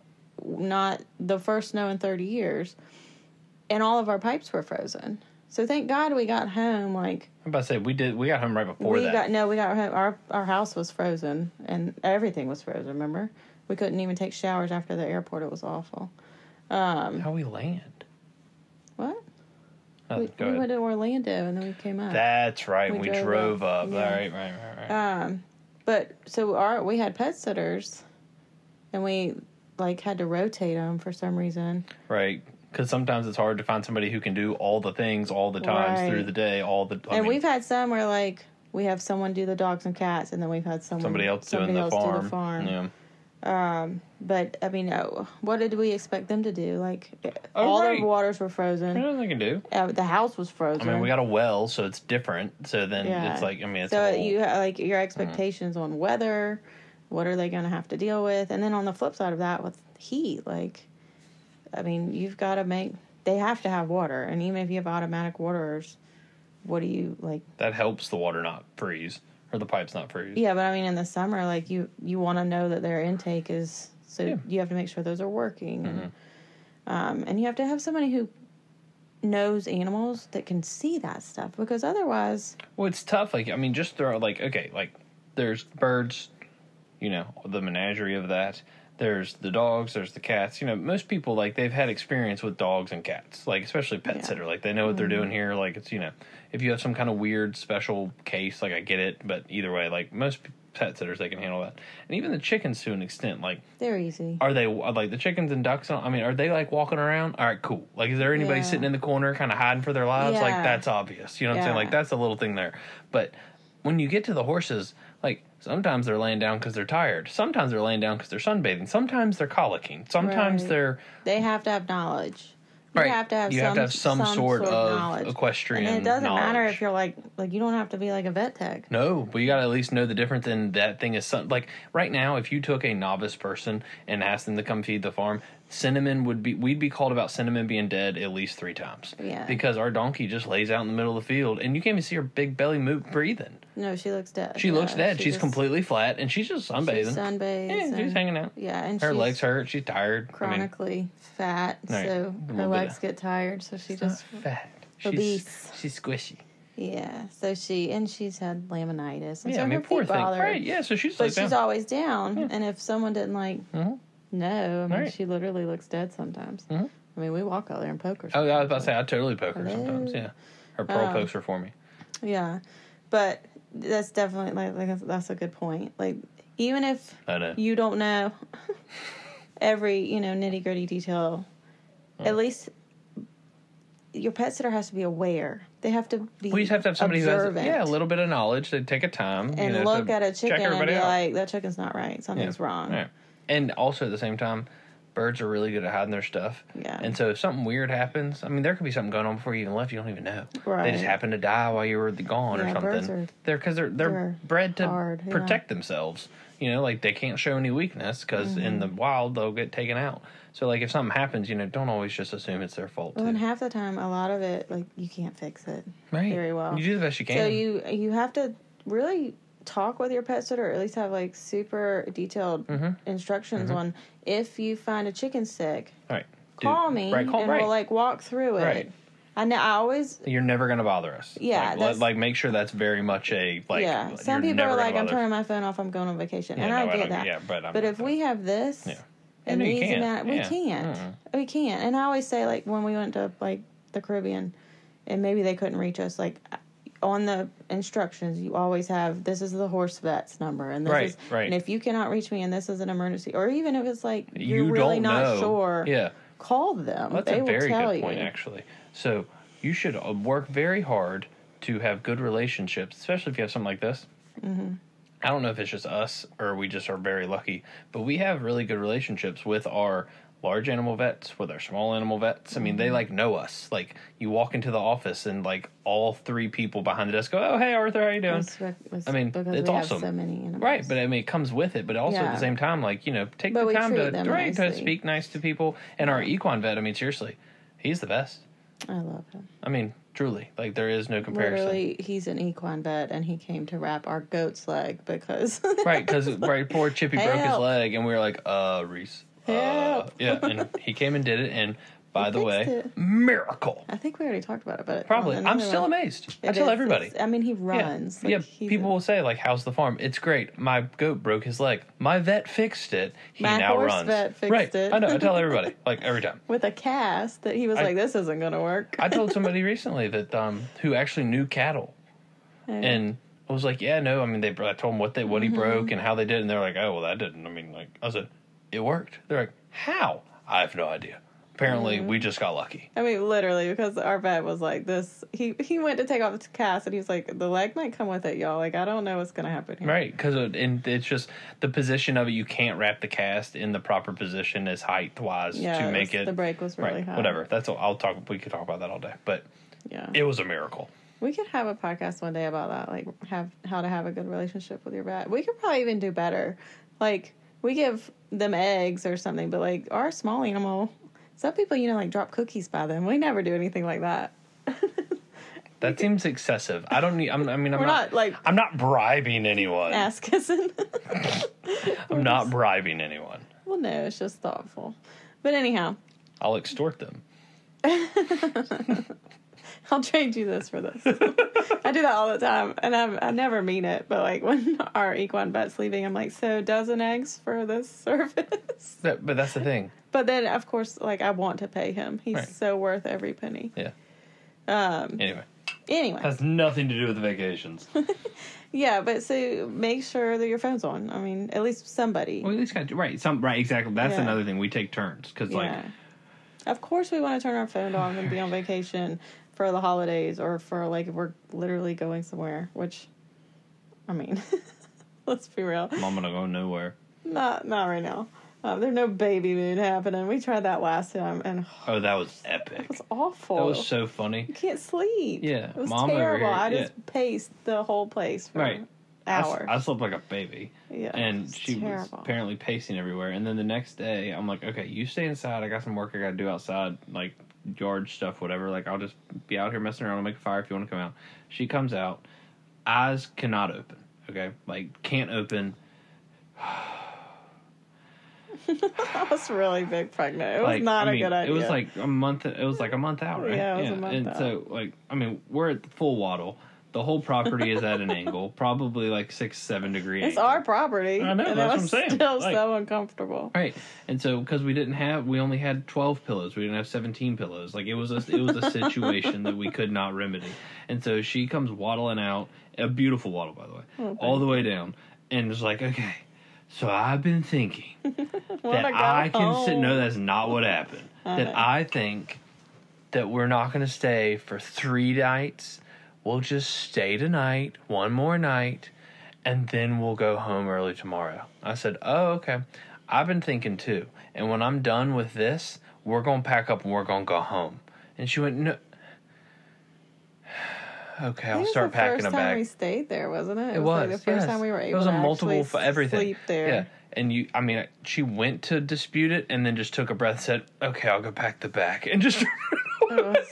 Speaker 1: not the first snow in 30 years. And all of our pipes were frozen. So thank God we got home like
Speaker 2: I'm about to say we did. We got home right before
Speaker 1: we
Speaker 2: that.
Speaker 1: got no, we got home our our house was frozen and everything was frozen, remember? We couldn't even take showers after the airport. It was awful.
Speaker 2: How we land?
Speaker 1: What?
Speaker 2: Oh,
Speaker 1: We,
Speaker 2: go
Speaker 1: we
Speaker 2: ahead.
Speaker 1: went to Orlando and then we came up.
Speaker 2: That's right.
Speaker 1: We
Speaker 2: We,
Speaker 1: drove
Speaker 2: drove,
Speaker 1: up.
Speaker 2: up.
Speaker 1: Yeah.
Speaker 2: All right, right, right, right.
Speaker 1: But so our we had pet sitters and we like had to rotate them for some reason.
Speaker 2: right. Because sometimes it's hard to find somebody who can do all the things all the times
Speaker 1: Right.
Speaker 2: through the day, all the. I
Speaker 1: and
Speaker 2: mean,
Speaker 1: we've had some where like we have someone do the dogs and cats, and then we've had someone
Speaker 2: somebody else
Speaker 1: somebody
Speaker 2: doing the
Speaker 1: else
Speaker 2: farm.
Speaker 1: Do the farm.
Speaker 2: Yeah.
Speaker 1: But I mean, uh, what did we expect them to do? Like
Speaker 2: Oh,
Speaker 1: all
Speaker 2: right.
Speaker 1: the waters were
Speaker 2: You
Speaker 1: frozen.
Speaker 2: know what they can do.
Speaker 1: Uh, the house was frozen.
Speaker 2: I mean, we got a well, so it's different. So then
Speaker 1: Yeah.
Speaker 2: it's like, I mean, it's
Speaker 1: so
Speaker 2: a whole- Mm-hmm.
Speaker 1: you ha- like your expectations on weather. What are they going to have to deal with? And then on the flip side of that, with heat, like I mean, you've got to make. They have to have water, and even if you have automatic waters, what do you like?
Speaker 2: that helps the water not freeze or the pipes not freeze.
Speaker 1: Yeah, but I mean, in the summer, like you, you want to know that their intake is so
Speaker 2: Yeah. Mm-hmm.
Speaker 1: you have to make sure those are working, and um, and you have to have somebody who knows animals that can see that stuff because otherwise,
Speaker 2: Well, it's tough. Like, I mean, just throw like okay, like there's birds, you know, the menagerie of that. There's the dogs. There's the cats. You know, most people like they've had experience with dogs and cats. Like especially pet
Speaker 1: Yeah.
Speaker 2: sitter. Like they know what they're doing here. Like it's you know, if you have some kind of weird special case, like I get it. But either way, like most p- pet sitters, they can handle that. And even the chickens to an extent. Like
Speaker 1: they're easy.
Speaker 2: are they are, like the chickens and ducks? and- I mean, are they like walking around? All right, cool. Like, is there anybody
Speaker 1: Yeah.
Speaker 2: sitting in the corner, kind of hiding for their lives? Like,
Speaker 1: Yeah.
Speaker 2: that's obvious. You know what I'm saying?
Speaker 1: Yeah.
Speaker 2: Like, that's a little thing there. But when you get to the horses, Like sometimes they're laying down because they're tired. Sometimes they're laying down because they're sunbathing. Sometimes they're colicking. Sometimes
Speaker 1: Right.
Speaker 2: they're
Speaker 1: They have to have knowledge. You
Speaker 2: right.
Speaker 1: have to have
Speaker 2: you
Speaker 1: some,
Speaker 2: have to have some, sort, of equestrian.
Speaker 1: And it doesn't matter
Speaker 2: knowledge.
Speaker 1: if you're like like you don't have to be like a vet tech.
Speaker 2: No, but you got to at least know the difference in that thing is something like right now. If you took a novice person and asked them to come feed the farm, cinnamon would be we'd be called about cinnamon being dead at least three times.
Speaker 1: Yeah.
Speaker 2: because our donkey just lays out in the middle of the field, and you can't even see her big belly move breathing.
Speaker 1: No, she looks dead.
Speaker 2: She
Speaker 1: Yeah,
Speaker 2: looks dead.
Speaker 1: she
Speaker 2: she's
Speaker 1: just-
Speaker 2: completely flat, and she's just
Speaker 1: she
Speaker 2: sunbathing.
Speaker 1: sunbathes
Speaker 2: yeah, she's
Speaker 1: and-
Speaker 2: hanging out.
Speaker 1: Yeah, and
Speaker 2: Her
Speaker 1: she's
Speaker 2: legs hurt. She's tired.
Speaker 1: chronically fat,
Speaker 2: Right. A
Speaker 1: so
Speaker 2: little
Speaker 1: her
Speaker 2: bit
Speaker 1: legs
Speaker 2: of-
Speaker 1: get tired, so she
Speaker 2: I mean, she's
Speaker 1: just
Speaker 2: not fat.
Speaker 1: obese.
Speaker 2: She's, she's squishy.
Speaker 1: yeah. So she and she's had laminitis, and
Speaker 2: Yeah,
Speaker 1: so
Speaker 2: I
Speaker 1: her
Speaker 2: mean, poor
Speaker 1: feet
Speaker 2: thing.
Speaker 1: bother. her.
Speaker 2: Right? Yeah. So she's
Speaker 1: But
Speaker 2: like
Speaker 1: she's
Speaker 2: down.
Speaker 1: always down, and if someone didn't like
Speaker 2: Mhm.
Speaker 1: no, I mean,
Speaker 2: Right.
Speaker 1: she literally looks dead sometimes.
Speaker 2: Mhm.
Speaker 1: I mean, we walk out there and poke her.
Speaker 2: Oh, I was about to say I totally poke her
Speaker 1: Hello.
Speaker 2: sometimes. Yeah, her pearl
Speaker 1: Oh.
Speaker 2: pokes her for me.
Speaker 1: Yeah, but that's definitely like, like that's, that's a good point. Like even if
Speaker 2: I know.
Speaker 1: you don't know every you know nitty gritty detail, at least your pet sitter has to be aware. They have to be.
Speaker 2: We just have to have somebody who
Speaker 1: observant
Speaker 2: has yeah a little bit of knowledge. They take a time you
Speaker 1: and
Speaker 2: know,
Speaker 1: look
Speaker 2: to
Speaker 1: at a
Speaker 2: check
Speaker 1: chicken and
Speaker 2: everybody
Speaker 1: be
Speaker 2: out.
Speaker 1: like, that chicken's not right.
Speaker 2: Yeah.
Speaker 1: Something's wrong.
Speaker 2: Yeah. And also at the same time, birds are really good at hiding their stuff.
Speaker 1: Yeah.
Speaker 2: And so if something weird happens, I mean, there could be something going on before you even left. You don't even know. They
Speaker 1: Right.
Speaker 2: just happen to die while you were gone or
Speaker 1: Yeah,
Speaker 2: something.
Speaker 1: birds are-
Speaker 2: they're because they're they're,
Speaker 1: they're
Speaker 2: bred to
Speaker 1: hard, yeah.
Speaker 2: protect themselves. You know, like they can't show any weakness because
Speaker 1: Mm-hmm.
Speaker 2: in the wild they'll get taken out. So like if something happens, you know, don't always just assume it's their fault.
Speaker 1: Well, and
Speaker 2: too.
Speaker 1: half the time, a lot of it, like you can't fix it
Speaker 2: right.
Speaker 1: very well.
Speaker 2: You do the best you can.
Speaker 1: So you you have to really talk with your pet sitter, or at least have like super detailed
Speaker 2: Mm-hmm.
Speaker 1: instructions on if you find a chicken sick,
Speaker 2: All right. Do-
Speaker 1: call me,
Speaker 2: Right. Call
Speaker 1: and
Speaker 2: right.
Speaker 1: we'll like walk through it.
Speaker 2: Right.
Speaker 1: I know. I always
Speaker 2: you're never gonna bother us.
Speaker 1: Yeah,
Speaker 2: like, let-
Speaker 1: that's-
Speaker 2: like make sure that's very much a like.
Speaker 1: yeah.
Speaker 2: you're
Speaker 1: Some people
Speaker 2: never
Speaker 1: are
Speaker 2: gonna
Speaker 1: like, I'm
Speaker 2: bother us.
Speaker 1: turning my phone off. I'm going on vacation,
Speaker 2: Yeah,
Speaker 1: and
Speaker 2: no,
Speaker 1: I get
Speaker 2: don't-
Speaker 1: that.
Speaker 2: Yeah, but I'm
Speaker 1: But
Speaker 2: not
Speaker 1: if we have this,
Speaker 2: Yeah.
Speaker 1: and
Speaker 2: no, you
Speaker 1: these
Speaker 2: can't.
Speaker 1: amount, we
Speaker 2: Yeah. Mm-hmm.
Speaker 1: can't, we can't. And I always say like when we went to like the Caribbean, and maybe they couldn't reach us. Like on the instructions, you always have this is the horse vet's number, and this
Speaker 2: Right,
Speaker 1: is
Speaker 2: right.
Speaker 1: and if you cannot reach me, and this is an emergency, or even if it's like you're
Speaker 2: you
Speaker 1: really
Speaker 2: don't
Speaker 1: not
Speaker 2: know.
Speaker 1: sure,
Speaker 2: Yeah,
Speaker 1: call them.
Speaker 2: that's
Speaker 1: they
Speaker 2: a very
Speaker 1: will tell
Speaker 2: good
Speaker 1: you.
Speaker 2: point actually. So you should uh, work very hard to have good relationships, especially if you have something like this.
Speaker 1: Mm-hmm.
Speaker 2: I don't know if it's just us or we just are very lucky, but we have really good relationships with our large animal vets, with our small animal vets. I mean,
Speaker 1: Mm-hmm.
Speaker 2: they like know us. Like you walk into the office and like all three people behind the desk go, "Oh, hey Arthur, how you doing?"
Speaker 1: It's bec- it's
Speaker 2: I mean,
Speaker 1: because
Speaker 2: it's
Speaker 1: we
Speaker 2: awesome.
Speaker 1: Have so many animals.
Speaker 2: Right, but I mean, it comes with it. But also at
Speaker 1: Yeah.
Speaker 2: the same time, like you know, take
Speaker 1: But
Speaker 2: the
Speaker 1: we
Speaker 2: time
Speaker 1: treat
Speaker 2: to
Speaker 1: them
Speaker 2: right to
Speaker 1: nicely.
Speaker 2: speak nice to people. And our equine vet, I mean, seriously, he's the best.
Speaker 1: I love him.
Speaker 2: I mean, truly, like there is no comparison.
Speaker 1: Literally, he's an equine vet, and he came to wrap our goat's leg because
Speaker 2: Right, because right, poor Chippy broke his
Speaker 1: Help.
Speaker 2: leg, and we were like, uh, Reese, uh,
Speaker 1: Help.
Speaker 2: yeah, and he came and did it. And by
Speaker 1: He
Speaker 2: the way,
Speaker 1: fixed it.
Speaker 2: miracle.
Speaker 1: I think we already talked about it, but
Speaker 2: Probably,
Speaker 1: on
Speaker 2: I'm
Speaker 1: another
Speaker 2: still
Speaker 1: one.
Speaker 2: amazed. I
Speaker 1: It
Speaker 2: tell
Speaker 1: is-
Speaker 2: everybody.
Speaker 1: it's- I mean, he runs.
Speaker 2: yeah,
Speaker 1: Like, he's
Speaker 2: people
Speaker 1: a-
Speaker 2: will say like, "How's the farm?" It's great. My goat broke his leg. My vet fixed it. He
Speaker 1: My
Speaker 2: now
Speaker 1: horse
Speaker 2: runs.
Speaker 1: vet fixed
Speaker 2: right,
Speaker 1: it.
Speaker 2: I know. I tell everybody like every time.
Speaker 1: with a cast that he was like, "This isn't going to work."
Speaker 2: I told somebody recently that um, who actually knew cattle,
Speaker 1: Yeah.
Speaker 2: and I was like, "Yeah, no." I mean, they. I told them what they what
Speaker 1: Mm-hmm.
Speaker 2: he broke and how they did, and they're like, "Oh, well, that didn't." I mean, like I said, it worked. They're like, "How?" I have no idea. Apparently,
Speaker 1: Mm-hmm.
Speaker 2: we just got lucky.
Speaker 1: I mean, literally, because our vet was like, "This." He he went to take off the cast, and he was like, "The leg might come with it, y'all. Like, I don't know what's going to happen." Here.
Speaker 2: Right, because and it's just the position of it. You can't wrap the cast in the proper position as height wise
Speaker 1: Yeah,
Speaker 2: to
Speaker 1: it
Speaker 2: make
Speaker 1: was-
Speaker 2: it
Speaker 1: the break was really high.
Speaker 2: Whatever. That's all. I'll talk. We could talk about that all day, but
Speaker 1: Yeah,
Speaker 2: it was a miracle.
Speaker 1: we could have a podcast one day about that, like have how to have a good relationship with your vet. We could probably even do better. Like, we give them eggs or something, but like our small animal, some people you know like drop cookies by them. We never do anything like that.
Speaker 2: That seems excessive. I don't need. I'm, I mean, I'm
Speaker 1: We're
Speaker 2: not,
Speaker 1: not, like-
Speaker 2: I'm not bribing anyone.
Speaker 1: Ass kissing.
Speaker 2: I'm not bribing anyone.
Speaker 1: Well, no, it's just thoughtful. But anyhow,
Speaker 2: I'll extort them.
Speaker 1: I'll trade you this for this. I do that all the time, and I'm, I never mean it. But like when our equine vet's leaving, I'm like, so dozen eggs for this service.
Speaker 2: That, but that's the thing.
Speaker 1: But then, of course, like I want to pay him. He's
Speaker 2: Right.
Speaker 1: so worth every penny.
Speaker 2: Yeah.
Speaker 1: Um.
Speaker 2: Anyway,
Speaker 1: Anyway,
Speaker 2: has nothing to do with the vacations. well,
Speaker 1: yeah. But so make sure that your phone's on. I mean, at least somebody.
Speaker 2: at least got right. Some right. Exactly. That's
Speaker 1: Yeah.
Speaker 2: another thing. We take turns because
Speaker 1: yeah. Of course, we want to turn our phone off and be on vacation for the holidays or for like if we're literally going somewhere. Which, I mean, Let's be real.
Speaker 2: I'm gonna go nowhere.
Speaker 1: Not not right now. Uh, there's no baby moon happening. We tried that last time, and
Speaker 2: Oh, that was epic.
Speaker 1: it was awful.
Speaker 2: That was so funny.
Speaker 1: you can't sleep.
Speaker 2: Yeah,
Speaker 1: it was
Speaker 2: Mom over
Speaker 1: terrible.
Speaker 2: here-
Speaker 1: I
Speaker 2: yeah.
Speaker 1: just paced the whole place for
Speaker 2: Right.
Speaker 1: an
Speaker 2: I s-
Speaker 1: hour.
Speaker 2: I, slept like a baby,
Speaker 1: yeah, it
Speaker 2: and
Speaker 1: was
Speaker 2: she was
Speaker 1: terrible.
Speaker 2: apparently pacing everywhere. And then the next day, I'm like, okay, you stay inside. I got some work I gotta do outside, like yard stuff, whatever. Like I'll just be out here messing around. I'll make a fire if you want to come out. She comes out, eyes cannot open. Okay, like can't open.
Speaker 1: I was really big pregnant. It was
Speaker 2: like,
Speaker 1: not
Speaker 2: I
Speaker 1: a
Speaker 2: mean,
Speaker 1: good idea.
Speaker 2: It was like a month. It was like a month out, right?
Speaker 1: Yeah, it was a month
Speaker 2: and
Speaker 1: out.
Speaker 2: so like I mean, we're at full waddle. The whole property is at an angle, probably like six, seven degree.
Speaker 1: it's
Speaker 2: angle.
Speaker 1: our property.
Speaker 2: I know,
Speaker 1: and it
Speaker 2: that's what
Speaker 1: was
Speaker 2: I'm saying.
Speaker 1: Still
Speaker 2: Like-
Speaker 1: so uncomfortable.
Speaker 2: Right, and so because we didn't have, we only had twelve pillows. We didn't have seventeen pillows. Like it was a, it was a situation that we could not remedy. And so she comes waddling out, a beautiful waddle, by the way,
Speaker 1: Oh, thank
Speaker 2: all the way down, and was like, okay. So I've been thinking
Speaker 1: When
Speaker 2: that I
Speaker 1: got
Speaker 2: can sit. No,
Speaker 1: home-
Speaker 2: that's not what happened.
Speaker 1: I
Speaker 2: that
Speaker 1: know.
Speaker 2: I think that we're not going to stay for three nights. We'll just stay tonight, one more night, and then we'll go home early tomorrow. I said, Oh, okay. I've been thinking too. And when I'm done with this, we're going to pack up and we're going to go home. And she went, No. Okay,
Speaker 1: I
Speaker 2: I'll
Speaker 1: think
Speaker 2: start
Speaker 1: it's the
Speaker 2: packing
Speaker 1: first
Speaker 2: a
Speaker 1: time
Speaker 2: bag.
Speaker 1: we stayed there, wasn't it?
Speaker 2: It was
Speaker 1: like the first
Speaker 2: yes.
Speaker 1: time we were able.
Speaker 2: It was
Speaker 1: to
Speaker 2: a multiple
Speaker 1: actually
Speaker 2: for everything.
Speaker 1: Sleep there.
Speaker 2: Yeah, and you. I mean, she went to dispute it, and then just took a breath, said, "Okay, I'll go pack the bag," and just.
Speaker 1: It was,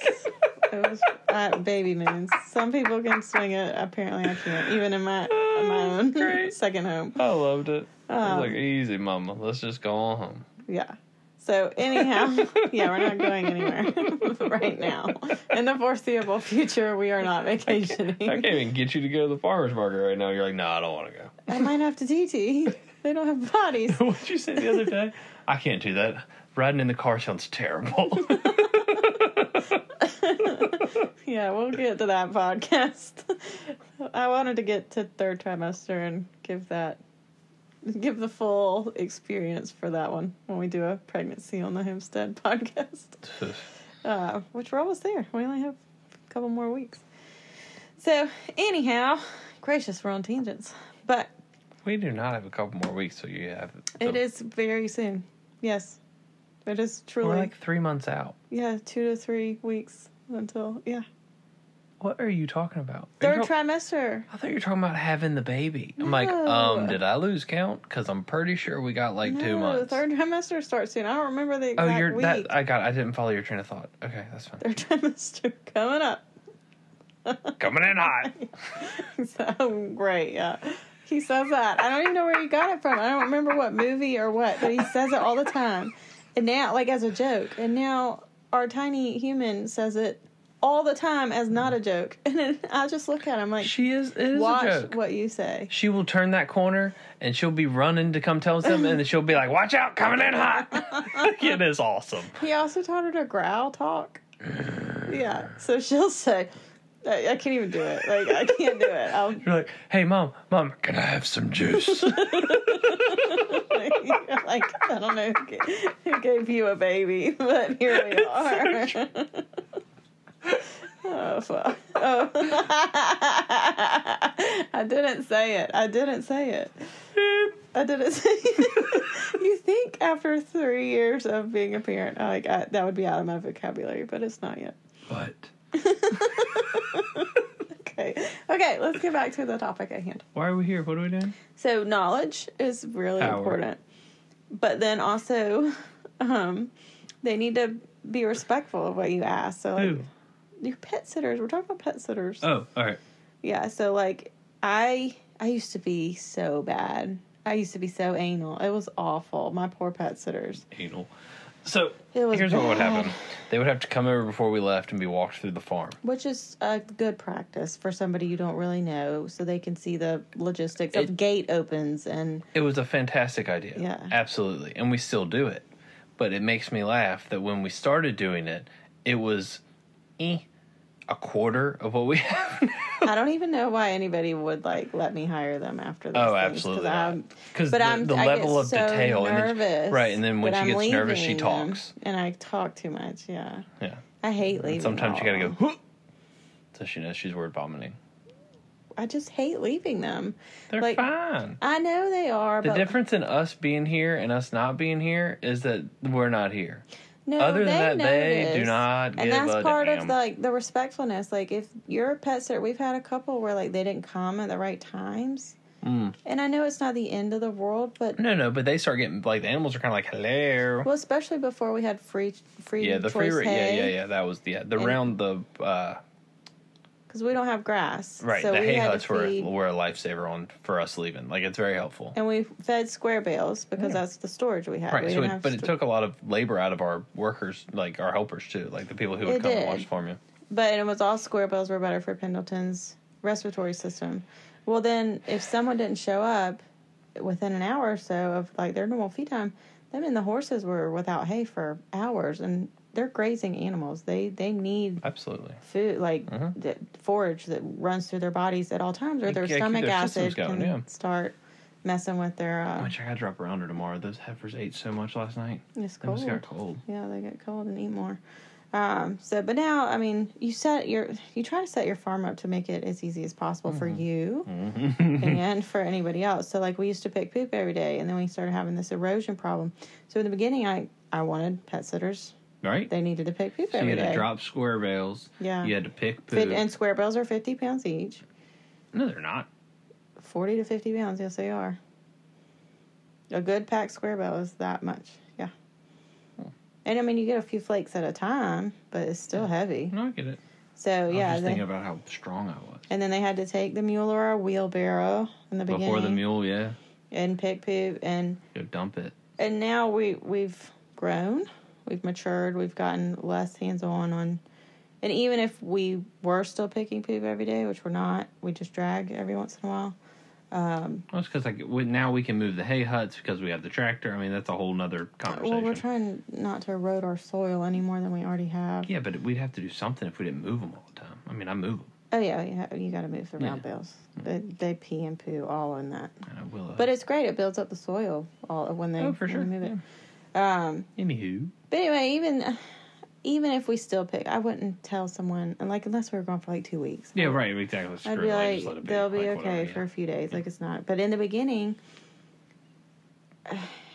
Speaker 1: it was uh, baby moons. Some people can swing it. Apparently, I can't. Even in my in my own
Speaker 2: Great.
Speaker 1: second home.
Speaker 2: I loved it. I
Speaker 1: Um,
Speaker 2: was like, "Easy, mama. Let's just go on home."
Speaker 1: Yeah. So anyhow, yeah, we're not going anywhere right now. In the foreseeable future, we are not vacationing.
Speaker 2: I can't even get you to go to the farmers market right now. You're like, "No, I don't want to
Speaker 1: I might have to DT. They don't have bodies.
Speaker 2: go." What'd you say the other day? I can't do that. Riding in the car sounds terrible.
Speaker 1: Yeah, we'll get to that podcast. I wanted to get to third trimester and give that give the full experience for that one when we do a pregnancy on the homestead podcast. Uh, which we're almost there. We only have a couple more weeks. So anyhow, gracious, we're on tangents. But
Speaker 2: we do not have a couple more weeks, so you have.
Speaker 1: it is very soon. Yes. It is
Speaker 2: Oh. We're
Speaker 1: truly
Speaker 2: like three months out.
Speaker 1: yeah, two to three weeks until yeah.
Speaker 2: What are you talking about? Are you
Speaker 1: Third
Speaker 2: talk-
Speaker 1: trimester.
Speaker 2: I thought you were talking about having the baby. I'm like,
Speaker 1: No.
Speaker 2: um, did I lose count? Because I'm pretty sure we got like two months.
Speaker 1: The third trimester starts soon. I don't remember the
Speaker 2: oh,
Speaker 1: exact
Speaker 2: you're
Speaker 1: week.
Speaker 2: that. I got. I didn't follow your train of thought. Okay, that's fine.
Speaker 1: Third trimester coming up.
Speaker 2: Coming in hot.
Speaker 1: so great, yeah. He says that. I don't even know where he got it from. I don't remember what movie or what, but he says it all the time. And now, like as a joke, and now our tiny human says it all the time as not a joke. And then I just look at him like,
Speaker 2: She is. It is a
Speaker 1: watch
Speaker 2: joke.
Speaker 1: what you say.
Speaker 2: She will turn that corner and she'll be running to come tell us something, and then she'll be like, "Watch out, coming in hot." it is awesome.
Speaker 1: He also taught her to growl talk. Yeah, so she'll say, I, I can't even do it. Like I can't do it. I'll
Speaker 2: You're like, "Hey, mom, mom, can I have some juice?"
Speaker 1: like I don't know who gave, who gave you a baby, but here we are.
Speaker 2: It's so
Speaker 1: oh fuck! Oh. I didn't say it. I didn't say it. I didn't say it. you think after three years of being a parent, like I, that would be out of my vocabulary, but it's not yet.
Speaker 2: but
Speaker 1: Okay, okay. Let's get back to the topic at hand.
Speaker 2: why are we here? What are we doing?
Speaker 1: So knowledge is really
Speaker 2: Power.
Speaker 1: important. But then also um they need to be respectful of what you ask. So like,
Speaker 2: Who?
Speaker 1: your pet sitters, we're talking about pet sitters.
Speaker 2: Oh, all right.
Speaker 1: Yeah, so like I I used to be so bad. I used to be so anal. It was awful. My poor pet sitters.
Speaker 2: Anal. So
Speaker 1: It was
Speaker 2: here's what would
Speaker 1: bad.
Speaker 2: happen. They would have to come over before we left and be walked through the farm.
Speaker 1: Which is a good practice for somebody you don't really know so they can see the logistics of
Speaker 2: It-
Speaker 1: gate opens and
Speaker 2: It was a fantastic idea.
Speaker 1: Yeah.
Speaker 2: Absolutely. And we still do it. But it makes me laugh that when we started doing it, it was eh, a quarter of what we have.
Speaker 1: I don't even know why anybody would like let me hire them after this.
Speaker 2: oh, absolutely. Because
Speaker 1: But
Speaker 2: the,
Speaker 1: I'm
Speaker 2: the
Speaker 1: I
Speaker 2: level
Speaker 1: get
Speaker 2: of
Speaker 1: so
Speaker 2: detail. And
Speaker 1: nervous,
Speaker 2: then, right. And then when she
Speaker 1: that I'm
Speaker 2: gets nervous, she
Speaker 1: leaving them,
Speaker 2: talks.
Speaker 1: and I talk too much. Yeah,
Speaker 2: Yeah.
Speaker 1: I hate leaving.
Speaker 2: Sometimes you got to
Speaker 1: all.
Speaker 2: go, "Whoop," so she knows she's word vomiting.
Speaker 1: I just hate leaving them.
Speaker 2: They're
Speaker 1: Like-
Speaker 2: fine.
Speaker 1: I know they are,
Speaker 2: The
Speaker 1: but
Speaker 2: difference in us being here and us not being here is that we're not here.
Speaker 1: no,
Speaker 2: Other
Speaker 1: they
Speaker 2: than that, they do
Speaker 1: notice.
Speaker 2: not give
Speaker 1: and that's
Speaker 2: a
Speaker 1: part
Speaker 2: damn.
Speaker 1: of like the respectfulness. Like if you're a pet sitter, we've had a couple where like they didn't come at the right times,
Speaker 2: Mm.
Speaker 1: and I know it's not the end of the world, but
Speaker 2: No, no, but they start getting like the animals are kind of like hello.
Speaker 1: well, especially before we had free free
Speaker 2: yeah, the free.
Speaker 1: choice
Speaker 2: ra- Yeah,
Speaker 1: hay,
Speaker 2: yeah, yeah. That was the the
Speaker 1: And-
Speaker 2: round the uh,
Speaker 1: because we don't have grass,
Speaker 2: right.
Speaker 1: So
Speaker 2: the
Speaker 1: we
Speaker 2: hay
Speaker 1: had to
Speaker 2: huts were
Speaker 1: feed-
Speaker 2: were a lifesaver on for us leaving. Like it's very helpful.
Speaker 1: and we fed square bales because that's the storage we had.
Speaker 2: Right,
Speaker 1: we
Speaker 2: so
Speaker 1: didn't
Speaker 2: it,
Speaker 1: have
Speaker 2: but it
Speaker 1: sto-
Speaker 2: took a lot of labor out of our workers, like our helpers too, like the people who would
Speaker 1: It
Speaker 2: come and
Speaker 1: did.
Speaker 2: watch for me.
Speaker 1: But it was all square bills were better for Pendleton's respiratory system. Well, then if someone didn't show up within an hour or so of like their normal feed time, them and the horses were without hay for hours, and they're grazing animals. They they need
Speaker 2: Absolutely,
Speaker 1: food like
Speaker 2: Mm-hmm.
Speaker 1: the forage that runs through their bodies at all times, or
Speaker 2: You
Speaker 1: their
Speaker 2: gotta keep
Speaker 1: stomach
Speaker 2: their systems
Speaker 1: acid
Speaker 2: going,
Speaker 1: can
Speaker 2: yeah.
Speaker 1: start messing with their. Uh,
Speaker 2: which I got to drop around her tomorrow. Those heifers ate so much last night;
Speaker 1: it's
Speaker 2: they must
Speaker 1: cold.
Speaker 2: got cold.
Speaker 1: Yeah, they get cold and eat more. Um, so, but now, I mean, you set your, you try to set your farm up to make it as easy as possible for
Speaker 2: Mm-hmm.
Speaker 1: you and for anybody else. So, like, we used to pick poop every day, and then we started having this erosion problem. So, in the beginning, I, I wanted pet sitters.
Speaker 2: Right?
Speaker 1: They needed to pick poop
Speaker 2: so you
Speaker 1: every
Speaker 2: had to
Speaker 1: day.
Speaker 2: drop square bales.
Speaker 1: Yeah.
Speaker 2: You had to pick
Speaker 1: Fit-
Speaker 2: poop.
Speaker 1: and square bills are 50 pounds each.
Speaker 2: no, they're not.
Speaker 1: 40 to 50 pounds, yes, they are. A good packed square bill is that much, yeah.
Speaker 2: Hmm.
Speaker 1: And I mean, you get a few flakes at a time, but it's still heavy.
Speaker 2: No, I get it.
Speaker 1: So
Speaker 2: Hmm. I was
Speaker 1: Oh, yeah,
Speaker 2: just
Speaker 1: they-
Speaker 2: thinking about how strong I was
Speaker 1: and then they had to take the mule or a wheelbarrow in the beginning
Speaker 2: before the mule. Yeah,
Speaker 1: and pick poop and
Speaker 2: go dump it.
Speaker 1: and now we we've grown, we've matured, we've gotten less hands on on, and even if we were still picking poop every day, which we're not, we just drag every once in a while.
Speaker 2: Well, it's because like we, now we can move the hay huts because we have the tractor. I mean, that's a whole nother conversation.
Speaker 1: Well, we're trying not to erode our soil any more than we already have.
Speaker 2: yeah, but we'd have to do something if we didn't move them all the time. I mean, I move them.
Speaker 1: Oh yeah, you, ha- you got to move the round
Speaker 2: Yeah. Mm.
Speaker 1: bales. They, they pee and poo all in that,
Speaker 2: And I will. uh,
Speaker 1: but it's great. It builds up the soil all when they
Speaker 2: oh, for
Speaker 1: when they
Speaker 2: sure.
Speaker 1: move it. Um,
Speaker 2: Yeah. Anywho,
Speaker 1: But anyway, even even if we still pick, I wouldn't tell someone and like unless we were gone for like two weeks.
Speaker 2: yeah, right, exactly. Screw
Speaker 1: I'd
Speaker 2: it,
Speaker 1: be
Speaker 2: I'll just
Speaker 1: like,
Speaker 2: let it
Speaker 1: they'll be
Speaker 2: Like,
Speaker 1: okay
Speaker 2: whatever, yeah.
Speaker 1: for a few days. Like it's not. But in the beginning,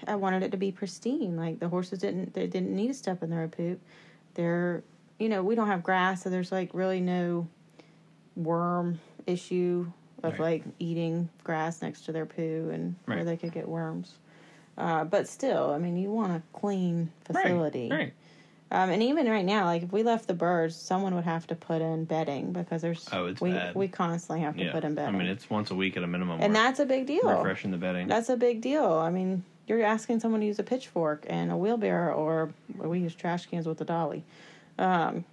Speaker 1: I wanted it to be pristine. Like the horses didn't they didn't need a step in their own poop. They're you know we don't have grass, so there's like really no worm issue of
Speaker 2: Right.
Speaker 1: like eating grass next to their poo and where
Speaker 2: Right.
Speaker 1: they could get worms. Uh, but still, I mean, you want a clean
Speaker 2: Right,
Speaker 1: facility.
Speaker 2: Right.
Speaker 1: Um, and even right now, like if we left the birds, someone would have to put in bedding because there's
Speaker 2: Oh, it's
Speaker 1: we
Speaker 2: bad.
Speaker 1: we constantly have to
Speaker 2: Yeah.
Speaker 1: put in
Speaker 2: I
Speaker 1: bedding,
Speaker 2: mean, it's once a week at a minimum.
Speaker 1: and
Speaker 2: we're
Speaker 1: that's a big deal.
Speaker 2: refreshing the bedding.
Speaker 1: That's a big deal. I mean, you're asking someone to use a pitchfork and a wheelbarrow, or we use trash cans with a dolly. Um,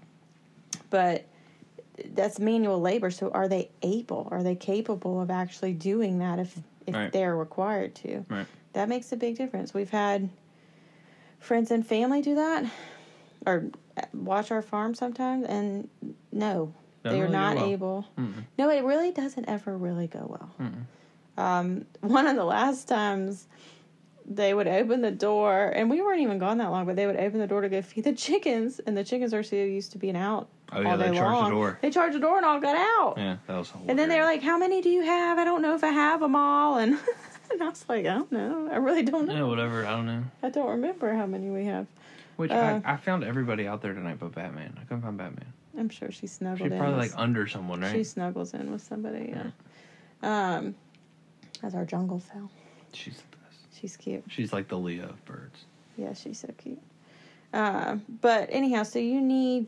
Speaker 1: but that's manual labor. So are they able? Are they capable of actually doing that if if
Speaker 2: Right.
Speaker 1: they're required to?
Speaker 2: right.
Speaker 1: that makes a big difference. We've had friends and family do that or uh, watch our farm sometimes, and no,
Speaker 2: Doesn't
Speaker 1: they're
Speaker 2: really go
Speaker 1: not
Speaker 2: well.
Speaker 1: able. No, it really doesn't ever really go well. Um, one of the last times they would open the door, and we weren't even gone that long, but they would open the door to go feed the chickens, and the chickens are so used to being out.
Speaker 2: Oh, yeah,
Speaker 1: all
Speaker 2: they
Speaker 1: day
Speaker 2: charged the
Speaker 1: long.
Speaker 2: door.
Speaker 1: They charged the door and all got out.
Speaker 2: Yeah, that was. Hilarious.
Speaker 1: And then they were like, "How many do you have? I don't know if I have them all." And and I was like, "I don't know. I really don't know.
Speaker 2: "Yeah, whatever. I don't know."
Speaker 1: I don't remember how many we have.
Speaker 2: Which
Speaker 1: Uh,
Speaker 2: I, I found everybody out there tonight, but Batman. I couldn't find Batman.
Speaker 1: I'm sure she
Speaker 2: She's
Speaker 1: snuggled in.
Speaker 2: probably like
Speaker 1: with-
Speaker 2: under someone, right?
Speaker 1: she snuggles in with somebody. Yeah. Um, as our jungle fell,
Speaker 2: She's the best.
Speaker 1: she's cute.
Speaker 2: She's like the Leo of birds.
Speaker 1: Yeah, she's so cute. Uh, but anyhow, so you need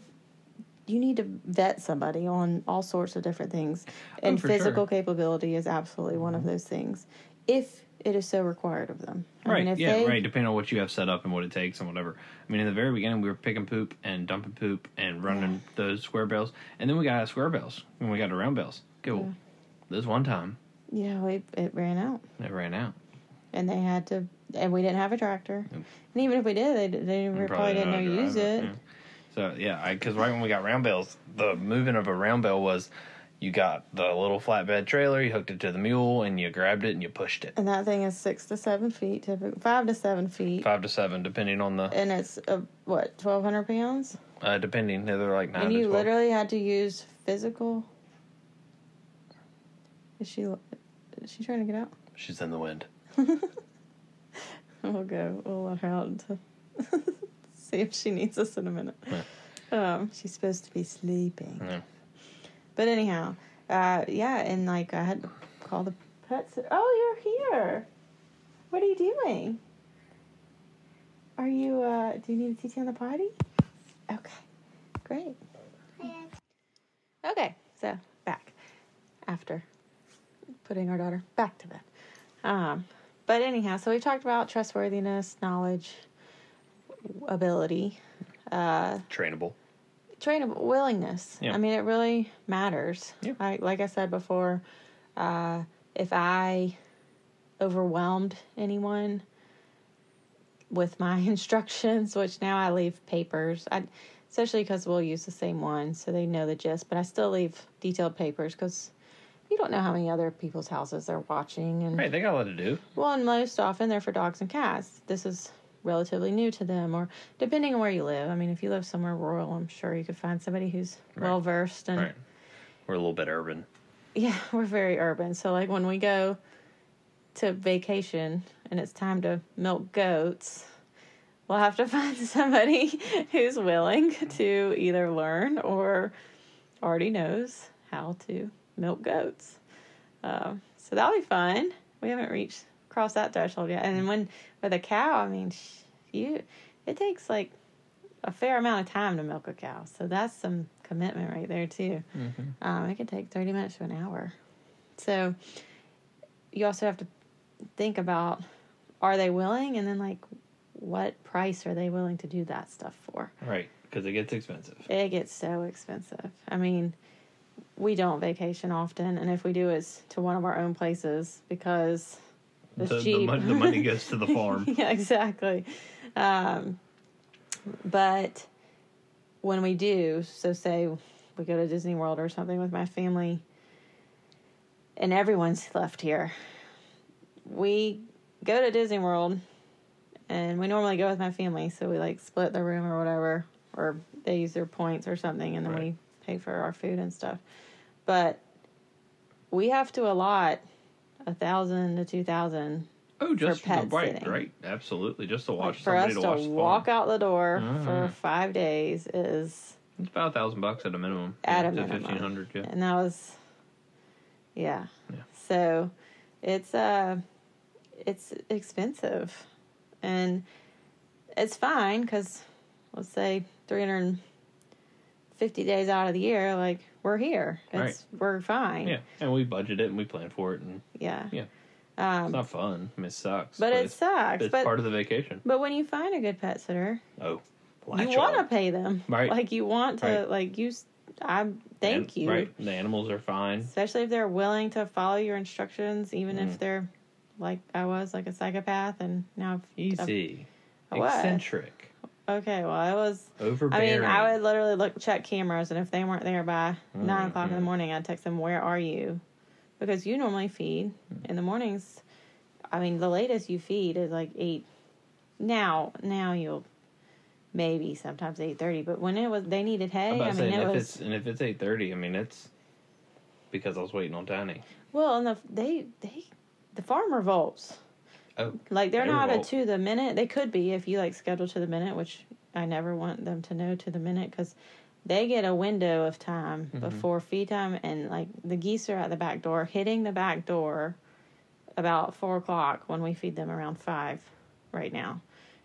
Speaker 1: you need to vet somebody on all sorts of different things, and
Speaker 2: Oh, for
Speaker 1: physical
Speaker 2: sure. Mm-hmm.
Speaker 1: capability is absolutely one of those things, if it is so required of them. I
Speaker 2: right.
Speaker 1: mean, if
Speaker 2: yeah.
Speaker 1: they-
Speaker 2: Right. Depending on what you have set up and what it takes and whatever. I mean, in the very beginning, we were picking poop and dumping poop and running those square bales, and then we got out of square bales and we got to round bales. Cool.
Speaker 1: Yeah.
Speaker 2: This one time,
Speaker 1: Yeah, we, it ran out,
Speaker 2: it ran out.
Speaker 1: and they had to, and we didn't have a tractor.
Speaker 2: Nope.
Speaker 1: And even if we did, they, they
Speaker 2: We
Speaker 1: probably, probably didn't know
Speaker 2: how to
Speaker 1: to
Speaker 2: drive
Speaker 1: use it.
Speaker 2: yeah. So yeah, because right when we got round bales, the moving of a round bale was you got the little flatbed trailer, you hooked it to the mule, and you grabbed it and you pushed it
Speaker 1: And that thing is six to seven feet, typical five to seven feet,
Speaker 2: five to seven, depending on the
Speaker 1: and it's uh what twelve hundred pounds.
Speaker 2: uh, depending. They're like nine.
Speaker 1: and
Speaker 2: to
Speaker 1: you
Speaker 2: 12.
Speaker 1: literally had to use physical Is she? Is she trying to get out?
Speaker 2: She's in the wind.
Speaker 1: We'll go. We'll let her out to see if she needs us in a minute.
Speaker 2: Yeah.
Speaker 1: Um, she's supposed to be sleeping.
Speaker 2: Yeah.
Speaker 1: But anyhow, uh, yeah, and like I had to call the pet. sit- Oh, you're here. What are you doing? Are you? Uh, do you need a TT on the potty? Okay, great. Okay, so back after putting our daughter back to bed. Um, but anyhow, so we talked about trustworthiness, knowledge, ability, uh,
Speaker 2: Trainable.
Speaker 1: trainable willingness.
Speaker 2: Yeah.
Speaker 1: I mean, it really matters.
Speaker 2: Yeah.
Speaker 1: I, like I said before, uh, if I overwhelmed anyone with my instructions, which now I leave papers, I, especially because we'll use the same ones, so they know the gist. But I still leave detailed papers because you don't know how many other people's houses they're watching, and
Speaker 2: Right, they got a lot to do.
Speaker 1: well, and most often they're for dogs and cats. This is relatively new to them, or depending on where you live. I mean, if you live somewhere rural, I'm sure you could find somebody who's
Speaker 2: Right.
Speaker 1: well versed. And
Speaker 2: Right. We're a little bit urban.
Speaker 1: yeah, we're very urban. So, like, when we go to vacation and it's time to milk goats, we'll have to find somebody who's willing to either learn or already knows how to milk goats. Um, so that'll be fun. We haven't reached crossed that threshold yet. And then when with a cow, I mean, sh- you it takes like a fair amount of time to milk a cow. So that's some commitment right there too. Um, it could take thirty minutes to an hour. So you also have to think about are they willing, and then like what price are they willing to do that stuff for?
Speaker 2: Right, because it gets expensive.
Speaker 1: It gets so expensive. I mean, we don't vacation often, and if we do, it's to one of our own places because it's
Speaker 2: The, the,
Speaker 1: cheap.
Speaker 2: mon- the money goes to the farm.
Speaker 1: yeah, exactly. Um, but when we do, so say we go to Disney World or something with my family, and everyone's left here, we go to Disney World, and we normally go with my family, so we like split the room or whatever, or they use their points or something, and then
Speaker 2: Right.
Speaker 1: we pay for our food and stuff. But we have to allot a thousand to two thousand
Speaker 2: Oh, just
Speaker 1: pet
Speaker 2: the- right,
Speaker 1: sitting.
Speaker 2: right, absolutely. Just to watch
Speaker 1: for
Speaker 2: somebody
Speaker 1: us
Speaker 2: to
Speaker 1: to,
Speaker 2: watch the
Speaker 1: walk
Speaker 2: farm.
Speaker 1: out the door for
Speaker 2: Mhm.
Speaker 1: five days is
Speaker 2: It's about a thousand bucks at a minimum.
Speaker 1: At
Speaker 2: yeah,
Speaker 1: a
Speaker 2: to
Speaker 1: minimum.
Speaker 2: fifteen hundred. Yeah.
Speaker 1: and that was yeah.
Speaker 2: Yeah.
Speaker 1: so it's uh it's expensive and it's fine because let's say 350 days out of the year like we're here it's we're fine
Speaker 2: Yeah, and we budget it and we plan for it, and
Speaker 1: yeah,
Speaker 2: Yeah. it's
Speaker 1: um
Speaker 2: not fun. I mean, it sucks,
Speaker 1: but it sucks
Speaker 2: it's
Speaker 1: but
Speaker 2: part of the vacation.
Speaker 1: but when you find a good pet sitter
Speaker 2: Oh,
Speaker 1: you
Speaker 2: latch
Speaker 1: want to
Speaker 2: on.
Speaker 1: pay them
Speaker 2: Right.
Speaker 1: like you want to
Speaker 2: Right.
Speaker 1: like you s- i thank
Speaker 2: An-
Speaker 1: you
Speaker 2: Right, the animals are fine.
Speaker 1: especially if they're willing to follow your instructions even
Speaker 2: Mm.
Speaker 1: if they're like i was like a psychopath and now I've-
Speaker 2: Easy,
Speaker 1: I was.
Speaker 2: eccentric,
Speaker 1: okay well i was i
Speaker 2: overbearing.
Speaker 1: mean i would literally look check cameras and if they weren't there by nine o'clock in the
Speaker 2: Mhm.
Speaker 1: morning i'd text them where are you because you normally feed in the mornings i mean the latest you feed is like eight now now you'll maybe sometimes 8.30 but when it was they needed hay
Speaker 2: I'm about
Speaker 1: i mean
Speaker 2: saying
Speaker 1: it
Speaker 2: if
Speaker 1: was
Speaker 2: it's and if it's eight thirty, I mean it's because I was waiting on Tiny.
Speaker 1: Well, and the they they the farm revolts.
Speaker 2: Oh,
Speaker 1: Like they're
Speaker 2: They
Speaker 1: not
Speaker 2: revolt.
Speaker 1: a to the minute. They could be if you like schedule to the minute, which I never want them to know to the minute because they get a window of time before feed time, and like the geese are at the back door, hitting the back door about four o'clock when we feed them around five right now,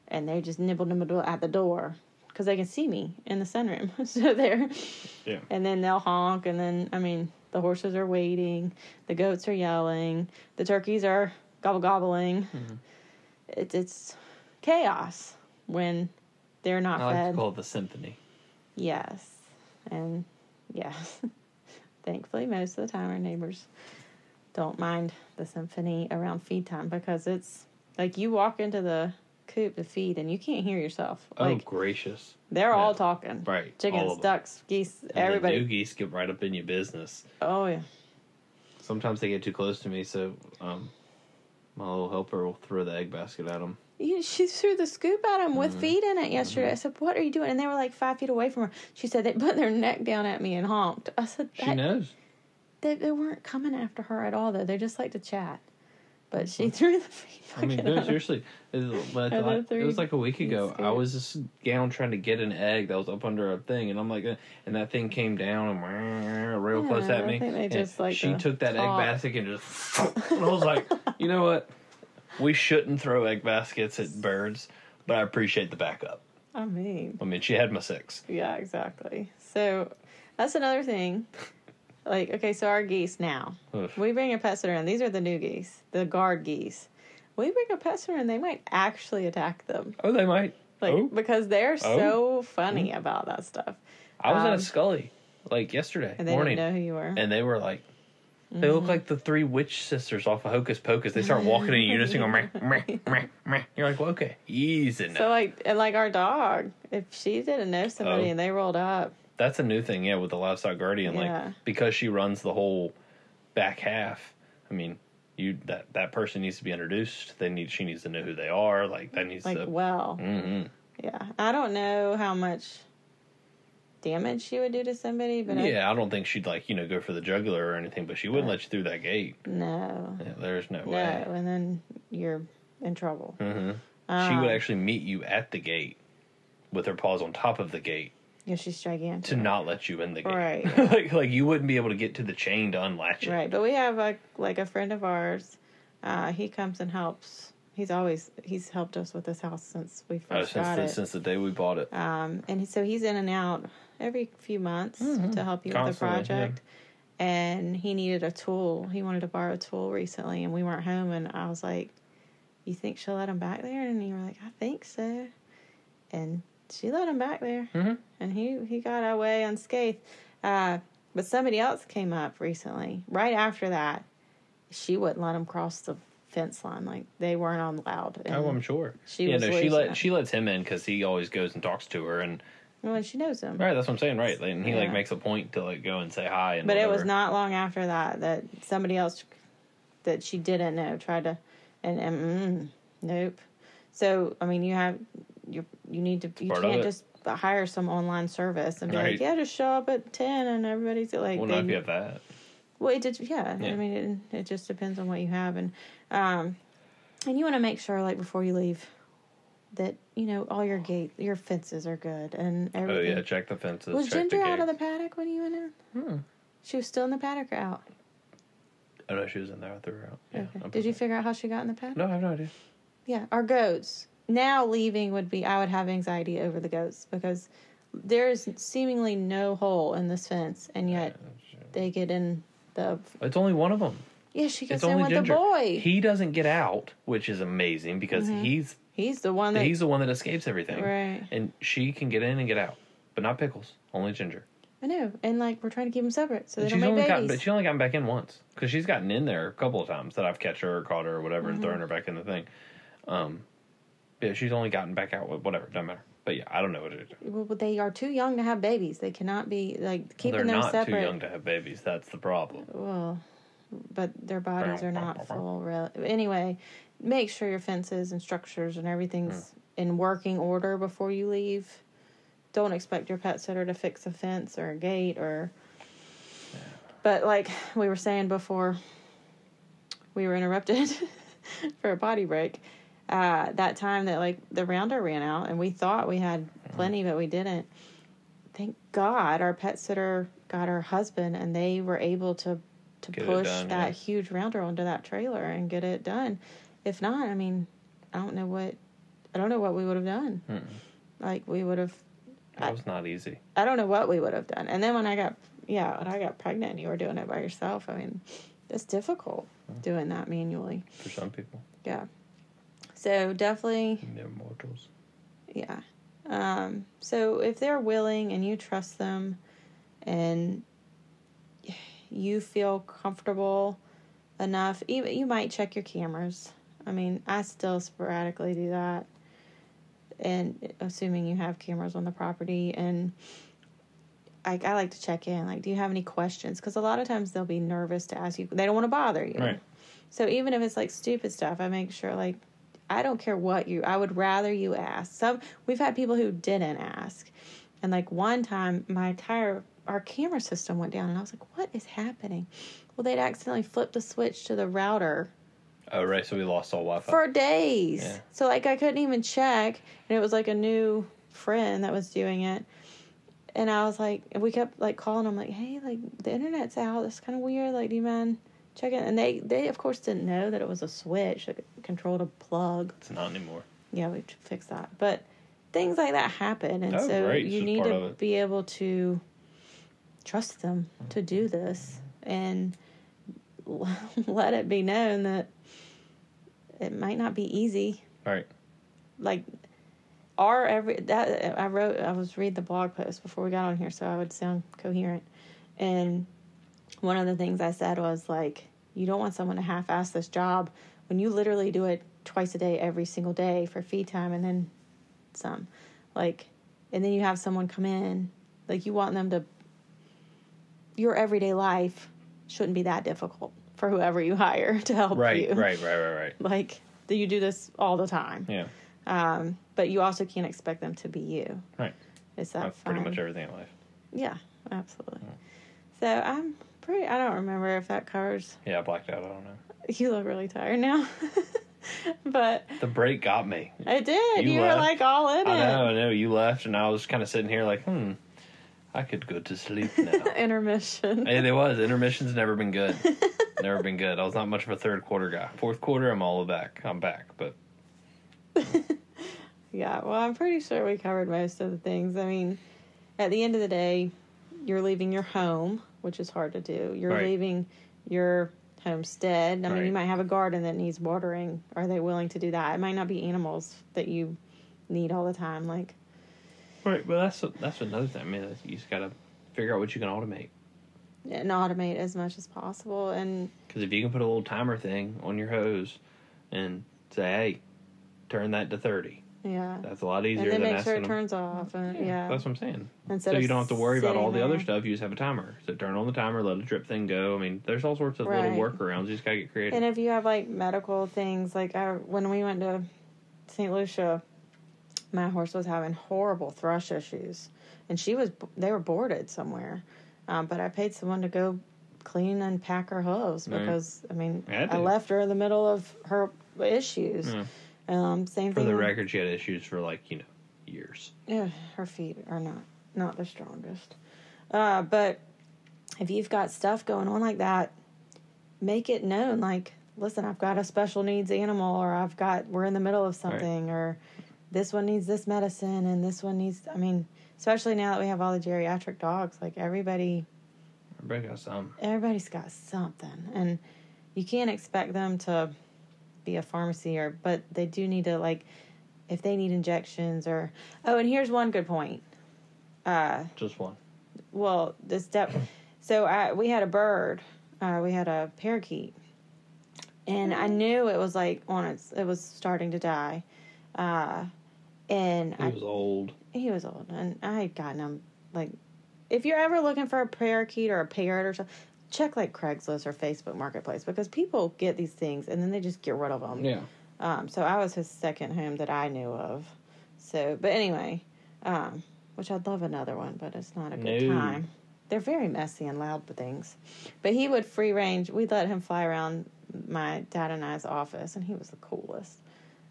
Speaker 1: and they just nibble nibble nibble at the door because they can see me in the sunroom, so they're
Speaker 2: yeah.
Speaker 1: and then they'll honk and then i mean the horses are waiting the goats are yelling the turkeys are gobble gobbling
Speaker 2: Mm-hmm.
Speaker 1: it's it's chaos when they're not
Speaker 2: I like
Speaker 1: fed
Speaker 2: to call it the symphony.
Speaker 1: yes and yes thankfully most of the time our neighbors don't mind the symphony around feed time because it's like you walk into the coop to feed and you can't hear yourself like
Speaker 2: oh gracious!
Speaker 1: they're all
Speaker 2: no.
Speaker 1: talking
Speaker 2: Right, all
Speaker 1: chickens
Speaker 2: of 'em.
Speaker 1: ducks geese
Speaker 2: And
Speaker 1: everybody
Speaker 2: the new geese get right up in your business.
Speaker 1: oh yeah
Speaker 2: Sometimes they get too close to me, so um, my little helper will throw the egg basket at them.
Speaker 1: You, she threw the scoop at him
Speaker 2: Mm-hmm.
Speaker 1: with feed in it yesterday. I said, "What are you doing?" And they were like five feet away from her. She said they put their neck down at me and honked. I said,
Speaker 2: She
Speaker 1: "That-
Speaker 2: knows.
Speaker 1: They, they weren't coming after her at all, though. They just like to chat. But she threw the
Speaker 2: I mean,
Speaker 1: fucking
Speaker 2: no,
Speaker 1: out.
Speaker 2: seriously. It was, like-
Speaker 1: Are there
Speaker 2: it was
Speaker 1: three
Speaker 2: like a week ago.
Speaker 1: scared?
Speaker 2: I was just down trying to get an egg that was up under a thing, and I'm like, uh, and that thing came down and wah, real
Speaker 1: Yeah,
Speaker 2: close
Speaker 1: I
Speaker 2: at me.
Speaker 1: think they
Speaker 2: and
Speaker 1: just like
Speaker 2: she
Speaker 1: to
Speaker 2: took that
Speaker 1: talk.
Speaker 2: egg basket and just. and I was like, you know what? We shouldn't throw egg baskets at birds, but I appreciate the backup.
Speaker 1: I mean,
Speaker 2: I mean, she had my six.
Speaker 1: yeah, exactly. So that's another thing. Like, okay, so our geese now.
Speaker 2: Ugh.
Speaker 1: We bring a pet sitter in. These are the new geese, the guard geese. We bring a pet sitter in, they might actually attack them.
Speaker 2: Oh, they might.
Speaker 1: Like,
Speaker 2: oh, Mm-hmm.
Speaker 1: because they're so funny about that stuff.
Speaker 2: I was
Speaker 1: um,
Speaker 2: at Scully like yesterday
Speaker 1: And they
Speaker 2: morning,
Speaker 1: didn't know who you were.
Speaker 2: and they were like, they
Speaker 1: Mm-hmm.
Speaker 2: look like the three witch sisters off of Hocus Pocus. They start walking in unison, going meh, meh, meh, meh. You're like, well, okay, easy now.
Speaker 1: So uh, like and like our dog, if she didn't know somebody
Speaker 2: Oh.
Speaker 1: and they rolled up,
Speaker 2: That's a new thing, yeah, with the livestock guardian.
Speaker 1: Yeah.
Speaker 2: Like because she runs the whole back half. I mean, you that that person needs to be introduced. They need she needs to know who they are. Like that needs
Speaker 1: like
Speaker 2: to.
Speaker 1: well,
Speaker 2: Mhm.
Speaker 1: yeah. I don't know how much damage she would do to somebody, but
Speaker 2: Yeah, I don't think she'd like you know go for the jugular or anything, but she wouldn't let you through that gate.
Speaker 1: I, no,
Speaker 2: Yeah, there's no
Speaker 1: no,
Speaker 2: way.
Speaker 1: and then you're in trouble.
Speaker 2: Mhm. She
Speaker 1: Um,
Speaker 2: would actually meet you at the gate with her paws on top of the gate
Speaker 1: Yeah, she's gigantic.
Speaker 2: to not let you in the gate.
Speaker 1: Right.
Speaker 2: like like you wouldn't be able to get to the chain to unlatch it.
Speaker 1: Right, but we have a like a friend of ours. Uh, he comes and helps. He's always he's helped us with this house since we
Speaker 2: Uh,
Speaker 1: first
Speaker 2: since
Speaker 1: got
Speaker 2: the,
Speaker 1: it.
Speaker 2: since the day we bought it.
Speaker 1: um, and so he's in and out every few months to help you with the
Speaker 2: Constantly, yeah.
Speaker 1: project. And he needed a tool. He wanted to borrow a tool recently, and we weren't home. And I was like, "You think she'll let him back there?" And you were like, "I think so." And she let him back there,
Speaker 2: Mhm.
Speaker 1: and he he got away unscathed. Uh, but somebody else came up recently, right after that. She wouldn't let him cross the fence line; like they weren't on loud. And,
Speaker 2: Oh, I'm sure.
Speaker 1: she
Speaker 2: yeah,
Speaker 1: was
Speaker 2: no, she
Speaker 1: losing
Speaker 2: let
Speaker 1: it.
Speaker 2: she lets him in because he always goes and talks to her, and
Speaker 1: well, and she knows him.
Speaker 2: right, that's what I'm saying, right? And he
Speaker 1: Yeah.
Speaker 2: like makes a point to like go and say hi, and
Speaker 1: But it was
Speaker 2: whatever.
Speaker 1: not long after that that somebody else that she didn't know tried to, and, and mm, nope. So I mean, you have you you need to you
Speaker 2: part of
Speaker 1: can't
Speaker 2: it.
Speaker 1: just hire some online service and be like,
Speaker 2: Right.
Speaker 1: yeah, just show up at ten and everybody's like,
Speaker 2: Well,
Speaker 1: they-
Speaker 2: not if you have that.
Speaker 1: well, it did, yeah. I
Speaker 2: Yeah.
Speaker 1: mean, it, it just depends on what you have, and um, and you want to make sure, like before you leave, that you know all your gate, your fences are good, and
Speaker 2: Oh
Speaker 1: everything.
Speaker 2: yeah, check the fences.
Speaker 1: was
Speaker 2: check
Speaker 1: Ginger
Speaker 2: the Hmm.
Speaker 1: out of
Speaker 2: gate.
Speaker 1: the paddock when you went in? She was still in the paddock or out?
Speaker 2: Oh no, she was in there. I threw her out. Yeah,
Speaker 1: Okay.
Speaker 2: I'm
Speaker 1: Did you
Speaker 2: sorry.
Speaker 1: figure out how she got in the paddock?
Speaker 2: No, I have no idea.
Speaker 1: Yeah, our goats. Now leaving would be I would have anxiety over the goats because there is seemingly no hole in this fence, and yet they get in the.
Speaker 2: It's only one of them.
Speaker 1: Yeah, she
Speaker 2: It's
Speaker 1: gets in
Speaker 2: only
Speaker 1: with
Speaker 2: Ginger.
Speaker 1: the boy.
Speaker 2: He doesn't get out, which is amazing because he's
Speaker 1: he's the one that.
Speaker 2: he's the one that escapes everything.
Speaker 1: Mm-hmm. Right.
Speaker 2: And she can get in and get out, but not Pickles. Only Ginger.
Speaker 1: I know, and like we're trying to keep them separate so they
Speaker 2: She's
Speaker 1: don't make
Speaker 2: only
Speaker 1: babies.
Speaker 2: gotten, but she's only gotten back in once because she's gotten in there a couple of times that I've catch her or caught her or whatever
Speaker 1: Mm-hmm.
Speaker 2: and thrown her back in the thing. Um, yeah, she's only gotten back out. wh- Whatever, doesn't matter. But yeah, I don't know what it is.
Speaker 1: well, but they are too young to have babies. They cannot be like
Speaker 2: They're
Speaker 1: keeping them
Speaker 2: not
Speaker 1: separate.
Speaker 2: too young to have babies. That's the problem.
Speaker 1: Well, but their bodies are not full. Re- anyway, make sure your fences and structures and everything's in working order before you leave. Don't expect your pet sitter to fix a fence or a gate or. But like we were saying before, we were interrupted for a body break. Uh, that time that like the rounder ran out and we thought we had plenty, but we didn't thank God our pet sitter got her husband and they were able to to
Speaker 2: Get it
Speaker 1: push
Speaker 2: done,
Speaker 1: that
Speaker 2: yeah.
Speaker 1: huge rounder onto that trailer and get it done. If not, I mean, I don't know what I don't know what we would have done. Like we would have
Speaker 2: That was not easy.
Speaker 1: I don't know what we would have done. And then when I got yeah, when I got pregnant and you were doing it by yourself, I mean, it's difficult
Speaker 2: Mm.
Speaker 1: doing that manually.
Speaker 2: For some people,
Speaker 1: Yeah. So definitely
Speaker 2: they're mortals.
Speaker 1: yeah. Um, so if they're willing and you trust them and you feel comfortable enough, even you might check your cameras. I mean, I still sporadically do that. And assuming you have cameras on the property and I, I like to check in, like, do you have any questions? Because a lot of times they'll be nervous to ask you. They don't want to bother you.
Speaker 2: Right.
Speaker 1: So even if it's like stupid stuff, I make sure like I don't care what you I would rather you ask. Some we've had people who didn't ask. And like one time my entire our camera system went down, and I was like, what is happening? Well, they'd accidentally flipped the switch to the router
Speaker 2: Oh, right. So we lost all Wi Fi.
Speaker 1: for days.
Speaker 2: Yeah.
Speaker 1: So like I couldn't even check, and it was like a new friend that was doing it. And I was like, and we kept like calling them, like, hey, like the internet's out. That's kind of weird. Like, do you mind checking? And they, they of course didn't know that it was a switch that controlled a plug.
Speaker 2: it's not anymore.
Speaker 1: Yeah, we should fix that. But things like that happen, and
Speaker 2: Oh,
Speaker 1: so
Speaker 2: great. It's
Speaker 1: you
Speaker 2: just
Speaker 1: need
Speaker 2: part of
Speaker 1: to
Speaker 2: it.
Speaker 1: be able to trust them to do this and let it be known that it might not be easy.
Speaker 2: Right.
Speaker 1: Like, are every that I wrote, I was read the blog post before we got on here, so I would sound coherent. And one of the things I said was like, you don't want someone to half-ass this job when you literally do it twice a day, every single day for fee time, and then some, like, and then you have someone come in, like you want them to. Your everyday life shouldn't be that difficult for whoever you hire to help
Speaker 2: Right.
Speaker 1: you.
Speaker 2: Right. Right. Right. Right.
Speaker 1: Like, do you do this all the time?
Speaker 2: Yeah.
Speaker 1: Um, but you also can't expect them to be you.
Speaker 2: Right.
Speaker 1: Is that
Speaker 2: That's pretty
Speaker 1: fine?
Speaker 2: much everything in life.
Speaker 1: Yeah, absolutely. So I'm pretty. I don't remember if that covers.
Speaker 2: Yeah. I blacked out. I don't know.
Speaker 1: You look really tired now, but
Speaker 2: The break got me.
Speaker 1: I did. You,
Speaker 2: You
Speaker 1: were
Speaker 2: left.
Speaker 1: like all in
Speaker 2: I know.
Speaker 1: it.
Speaker 2: I know. You left, and I was kind of sitting here like, hmm, I could go to sleep now.
Speaker 1: Intermission.
Speaker 2: It, it was. Intermission's never been good. never been good. I was not much of a third quarter guy. Fourth quarter, I'm all back. I'm back. But
Speaker 1: yeah. Well, I'm pretty sure we covered most of the things. I mean, at the end of the day, you're leaving your home, which is hard to do. You're
Speaker 2: Right.
Speaker 1: leaving your homestead. I mean, you
Speaker 2: Right.
Speaker 1: might have a garden that needs watering. Are they willing to do that? It might not be animals that you need all the time. Like,
Speaker 2: right, well, that's that's another thing. I mean, you just gotta figure out what you can automate.
Speaker 1: and automate as much as possible. And
Speaker 2: Because if you can put a little timer thing on your hose and say, "Hey, turn that to 30.
Speaker 1: yeah,
Speaker 2: that's a lot
Speaker 1: and
Speaker 2: easier
Speaker 1: then
Speaker 2: than
Speaker 1: make
Speaker 2: asking
Speaker 1: sure it
Speaker 2: them.
Speaker 1: turns off. And yeah,
Speaker 2: that's what I'm saying.
Speaker 1: Instead
Speaker 2: so
Speaker 1: of
Speaker 2: you don't have to worry about all the
Speaker 1: sitting
Speaker 2: other
Speaker 1: there.
Speaker 2: stuff. You just have a timer. So turn on the timer, let a drip thing go. I mean, there's all sorts of
Speaker 1: Right.
Speaker 2: little workarounds. You just gotta get creative.
Speaker 1: And if you have like medical things, like I, when we went to St. Lucia, my horse was having horrible thrush issues, and she was they were boarded somewhere, um, but I paid someone to go clean and pack her hooves
Speaker 2: Right.
Speaker 1: because I mean
Speaker 2: Yeah, I
Speaker 1: I
Speaker 2: did.
Speaker 1: left her in the middle of her issues.
Speaker 2: Yeah.
Speaker 1: Um, same
Speaker 2: For
Speaker 1: thing.
Speaker 2: the
Speaker 1: with-
Speaker 2: record, she had issues for like you know years.
Speaker 1: yeah, her feet are not not the strongest. Uh, but if you've got stuff going on like that, make it known. Like, listen, I've got a special needs animal, or I've got we're in the middle of something, or this one needs this medicine, and this one needs. I mean, especially now that we have all the geriatric dogs, like everybody
Speaker 2: Everybody got some.
Speaker 1: everybody's got something and you can't expect them to be a pharmacy or but they do need to like if they need injections or oh and here's one good point uh
Speaker 2: Just one.
Speaker 1: well the step so i we had a bird uh we had a parakeet and i knew it was like on its it was starting to die uh and
Speaker 2: He
Speaker 1: I,
Speaker 2: was old.
Speaker 1: he was old, and I had gotten him like. If you're ever looking for a parakeet or a parrot or something, check like Craigslist or Facebook Marketplace because people get these things and then they just get rid of them.
Speaker 2: Yeah.
Speaker 1: Um, so I was his second home that I knew of. So, but anyway, um, which I'd love another one, but it's not a good
Speaker 2: No.
Speaker 1: time. They're very messy and loud with things. But he would free range. We'd let him fly around my dad and I's office, and he was the coolest.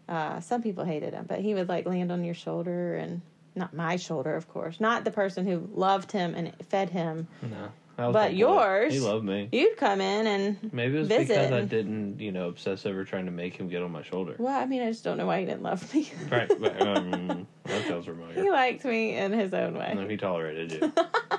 Speaker 1: Uh, some people hated him, but he would like land on your shoulder and not my shoulder, of course, not the person who loved him and fed him.
Speaker 2: No. That
Speaker 1: But
Speaker 2: was my boy.
Speaker 1: yours-
Speaker 2: He loved me.
Speaker 1: You'd come in and
Speaker 2: Maybe it was
Speaker 1: visit.
Speaker 2: because I didn't, you know, obsess over trying to make him get on my shoulder.
Speaker 1: well, I mean, I just don't know why he didn't love me.
Speaker 2: right. right, Um, that sounds
Speaker 1: he
Speaker 2: familiar.
Speaker 1: liked me in his own way.
Speaker 2: No, he tolerated you.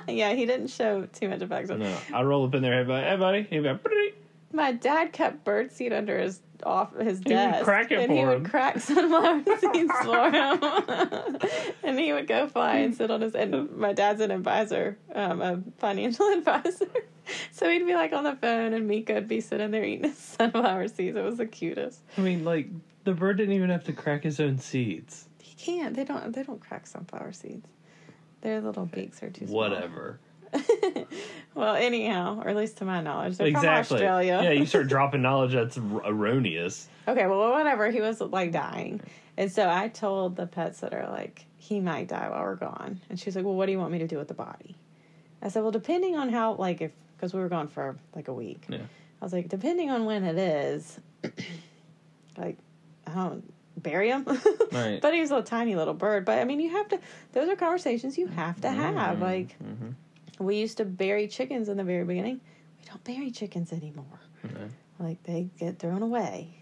Speaker 1: Yeah, he didn't show too much affection.
Speaker 2: No, I roll up in there, hey buddy, hey buddy, he'd be like, "Pretty."
Speaker 1: My dad kept birdseed under his off his
Speaker 2: would
Speaker 1: desk,
Speaker 2: crack it
Speaker 1: and he
Speaker 2: for
Speaker 1: would
Speaker 2: him.
Speaker 1: crack sunflower seeds for him, and he would go fly and sit on his. And my dad's an advisor, um, a financial advisor, so he'd be like on the phone, and Mika would be sitting there eating his sunflower seeds. It was the cutest.
Speaker 2: I mean, like the bird didn't even have to crack his own seeds.
Speaker 1: He can't. They don't. They don't crack sunflower seeds. Their little beaks are too small.
Speaker 2: Whatever.
Speaker 1: Well, anyhow, or at least to my knowledge, they're
Speaker 2: exactly.
Speaker 1: from Australia.
Speaker 2: Yeah, you start dropping knowledge that's er- erroneous.
Speaker 1: Okay, well, whatever. He was like dying. And so I told the pet sitter, like, he might die while we're gone. And she's like, well, what do you want me to do with the body? I said, well, depending on how, like, if, because we were gone for like a week.
Speaker 2: Yeah.
Speaker 1: I was like, depending on when it is, like, I don't bury him.
Speaker 2: Right.
Speaker 1: But he was a tiny little bird. But I mean, you have to, those are conversations you have to have.
Speaker 2: Mhm,
Speaker 1: Like,
Speaker 2: mhm.
Speaker 1: we used to bury chickens in the very beginning. We don't bury chickens anymore.
Speaker 2: Right.
Speaker 1: Like, they get thrown away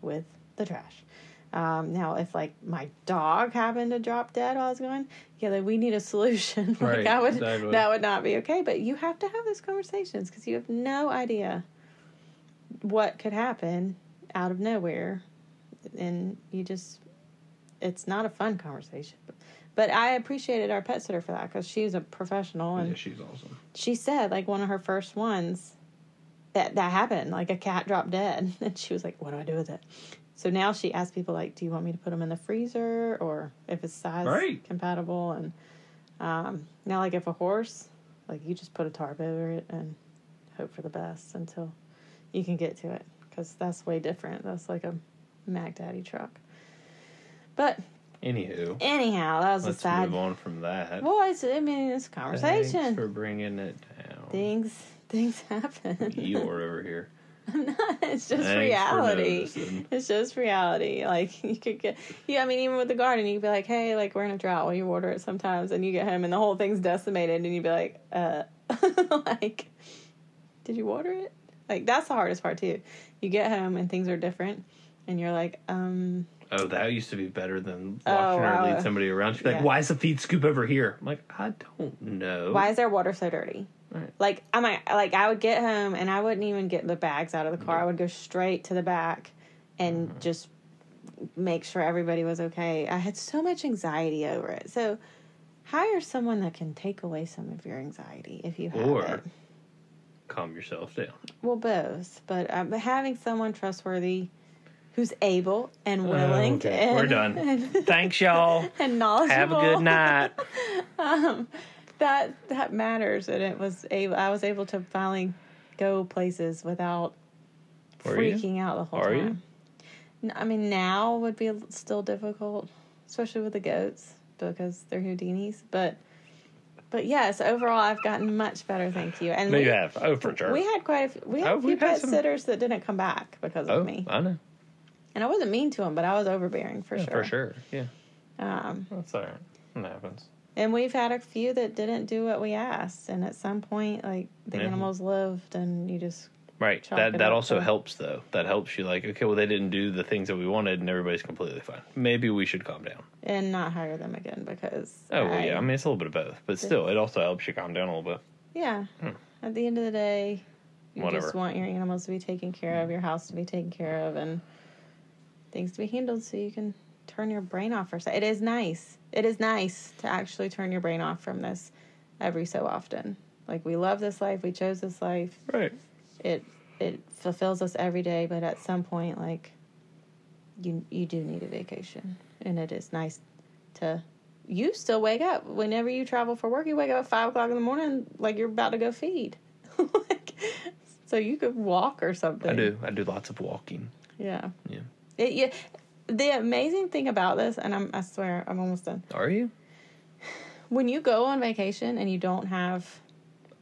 Speaker 1: with the trash. Um, now, if like my dog happened to drop dead while I was gone, yeah, like, we need a solution. like,
Speaker 2: Right,
Speaker 1: I would,
Speaker 2: exactly.
Speaker 1: that would not be okay. But you have to have those conversations because you have no idea what could happen out of nowhere. And you just, it's not a fun conversation. But I appreciated our pet sitter for that because she's a professional and
Speaker 2: Yeah, she's awesome.
Speaker 1: she said like one of her first ones that that happened like a cat dropped dead and she was like what do i do with it so now she asks people like do you want me to put them in the freezer or if it's size
Speaker 2: Right.
Speaker 1: compatible and um, now like if a horse like you just put a tarp over it and hope for the best until you can get to it because that's way different that's like a mac daddy truck but
Speaker 2: Anywho,
Speaker 1: anyhow that was
Speaker 2: let's
Speaker 1: a side
Speaker 2: move on from that.
Speaker 1: well it's, i mean it's a
Speaker 2: Thanks
Speaker 1: conversation
Speaker 2: for bringing it down.
Speaker 1: things things happen
Speaker 2: You are over here.
Speaker 1: I'm not. It's just
Speaker 2: Thanks for
Speaker 1: reality.
Speaker 2: noticing.
Speaker 1: It's just reality. Like you could get, yeah. I mean, even with the garden, you could be like, "Hey, like we're in a drought. Will you water it sometimes?" And you get home, and the whole thing's decimated, and you'd be like, "Uh, like, did you water it?" Like that's the hardest part too. You get home and things are different, and you're like, "Um,
Speaker 2: Oh, that used to be better than watching
Speaker 1: Oh,
Speaker 2: her
Speaker 1: wow.
Speaker 2: lead somebody around. She'd be like,
Speaker 1: Yeah.
Speaker 2: "Why is the feed scoop over here?" I'm like, "I don't know."
Speaker 1: why is their water so dirty?"
Speaker 2: Right.
Speaker 1: Like I might, like I would get home, and I wouldn't even get the bags out of the car. I would go straight to the back, and
Speaker 2: Mm-hmm.
Speaker 1: just make sure everybody was okay. I had so much anxiety over it. So hire someone that can take away some of your anxiety if you have
Speaker 2: Or-
Speaker 1: it.
Speaker 2: Calm yourself down.
Speaker 1: Well, both, but um, having someone trustworthy who's able and
Speaker 2: Oh,
Speaker 1: willing.
Speaker 2: okay.
Speaker 1: and,
Speaker 2: We're done.
Speaker 1: And,
Speaker 2: Thanks, y'all.
Speaker 1: and knowledgeable.
Speaker 2: Have a good night.
Speaker 1: um, that that matters, and it was able. I was able to finally go places without
Speaker 2: Were you?
Speaker 1: freaking out the whole
Speaker 2: Are you?
Speaker 1: time. N- I mean, now would be l- still difficult, especially with the goats because they're Houdinis. But but yes, overall, I've gotten much better. Thank you. And
Speaker 2: No,
Speaker 1: we,
Speaker 2: you have. Oh, for sure.
Speaker 1: we had quite a few, we had
Speaker 2: Oh,
Speaker 1: a few
Speaker 2: we've had
Speaker 1: pet
Speaker 2: some-
Speaker 1: sitters that didn't come back because
Speaker 2: oh,
Speaker 1: of me,
Speaker 2: I know.
Speaker 1: and I wasn't mean to them, but I was overbearing for
Speaker 2: Yeah,
Speaker 1: sure.
Speaker 2: For sure. Yeah,
Speaker 1: Um,
Speaker 2: that's all right. It happens.
Speaker 1: and we've had a few that didn't do what we asked, and at some point, like the
Speaker 2: Yeah.
Speaker 1: animals lived, and you just
Speaker 2: Right.
Speaker 1: Chalk
Speaker 2: that
Speaker 1: it
Speaker 2: that
Speaker 1: up
Speaker 2: also
Speaker 1: to-
Speaker 2: helps though. That helps you like, okay, well they didn't do the things that we wanted and everybody's completely fine. Maybe we should calm down.
Speaker 1: and not hire them again because
Speaker 2: Oh well,
Speaker 1: I-
Speaker 2: yeah. I mean it's a little bit of both. But still it also helps you calm down a little bit.
Speaker 1: Yeah. At the end of the day, you
Speaker 2: hmm. Whatever. Mm-hmm.
Speaker 1: just want your animals to be taken care of, your house to be taken care of, and things to be handled so you can turn your brain off for a sec. It is nice. It is nice to actually turn your brain off from this every so often. Like we love this life, we chose this life.
Speaker 2: Right.
Speaker 1: It it fulfills us every day, but at some point like you you do need a vacation. And it is nice to you still wake up whenever you travel for work. You wake up at five o'clock in the morning, like you're about to go feed. like, so you could walk or something.
Speaker 2: I do. I do lots of walking.
Speaker 1: Yeah.
Speaker 2: Yeah.
Speaker 1: It, yeah. The amazing thing about this, and I'm, I swear I'm almost done.
Speaker 2: Are you?
Speaker 1: When you go on vacation and you don't have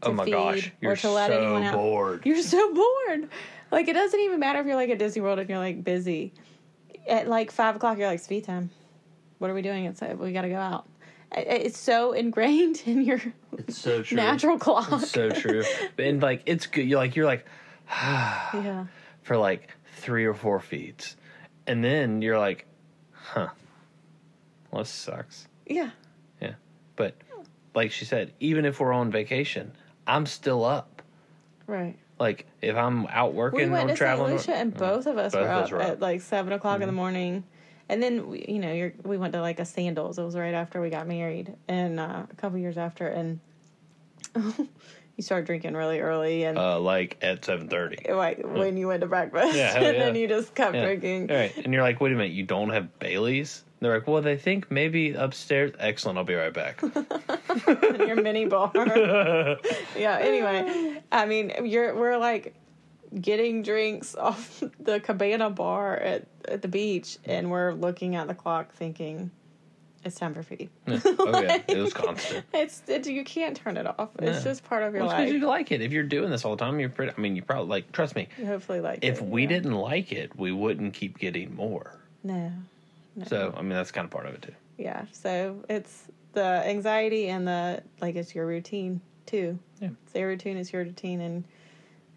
Speaker 2: Oh my
Speaker 1: feed
Speaker 2: gosh.
Speaker 1: or
Speaker 2: You're
Speaker 1: to let anyone
Speaker 2: so
Speaker 1: out.
Speaker 2: bored.
Speaker 1: You're so bored. Like it doesn't even matter if you're like at Disney World and you're like busy. At like five o'clock, you're like it's feed time. What are we doing? It's like, we got to go out. It- It's so ingrained in your
Speaker 2: It's so true.
Speaker 1: natural clock.
Speaker 2: It's so true. and like it's good you're like you're like
Speaker 1: yeah.
Speaker 2: for like three or four feeds. And then you're like, huh. Well this sucks.
Speaker 1: Yeah.
Speaker 2: Yeah. But like she said, even if we're on vacation, I'm still up.
Speaker 1: Right.
Speaker 2: Like if I'm out
Speaker 1: We
Speaker 2: working
Speaker 1: went
Speaker 2: or
Speaker 1: to St.
Speaker 2: traveling,
Speaker 1: Lucia and both of us
Speaker 2: Both
Speaker 1: were
Speaker 2: of us
Speaker 1: up,
Speaker 2: were up. Mm-hmm.
Speaker 1: at like seven o'clock in the morning. And then we, you know, you're, we went to like a sandals. It was right after we got married, and uh, a couple years after, and you start drinking really early, and
Speaker 2: uh, like at seven thirty.
Speaker 1: like when you went to breakfast,
Speaker 2: Hmm. Yeah, hell
Speaker 1: and then
Speaker 2: yeah.
Speaker 1: you just kept
Speaker 2: Yeah.
Speaker 1: drinking.
Speaker 2: All right, and you're like, wait a minute, you don't have Bailey's? And they're like, well, they think maybe upstairs. Excellent, I'll be right back.
Speaker 1: in your mini bar. yeah. Anyway, I mean, you're we're like getting drinks off the cabana bar at at the beach, and we're looking at the clock, thinking it's time for feed.
Speaker 2: Yeah. Oh, yeah. It was
Speaker 1: Like,
Speaker 2: constant.
Speaker 1: It's, it's you can't turn it off. It's
Speaker 2: Yeah.
Speaker 1: just part of your
Speaker 2: Well, because
Speaker 1: life.
Speaker 2: you like it. If you're doing this all the time, you're pretty. I mean, you probably like. Trust me.
Speaker 1: You hopefully like
Speaker 2: If
Speaker 1: it,
Speaker 2: we
Speaker 1: yeah.
Speaker 2: didn't like it, we wouldn't keep getting more.
Speaker 1: no, no.
Speaker 2: So I mean, that's kind of part of it too.
Speaker 1: yeah, so it's the anxiety and the like. It's your routine too.
Speaker 2: Yeah.
Speaker 1: It's their routine. It's your routine, and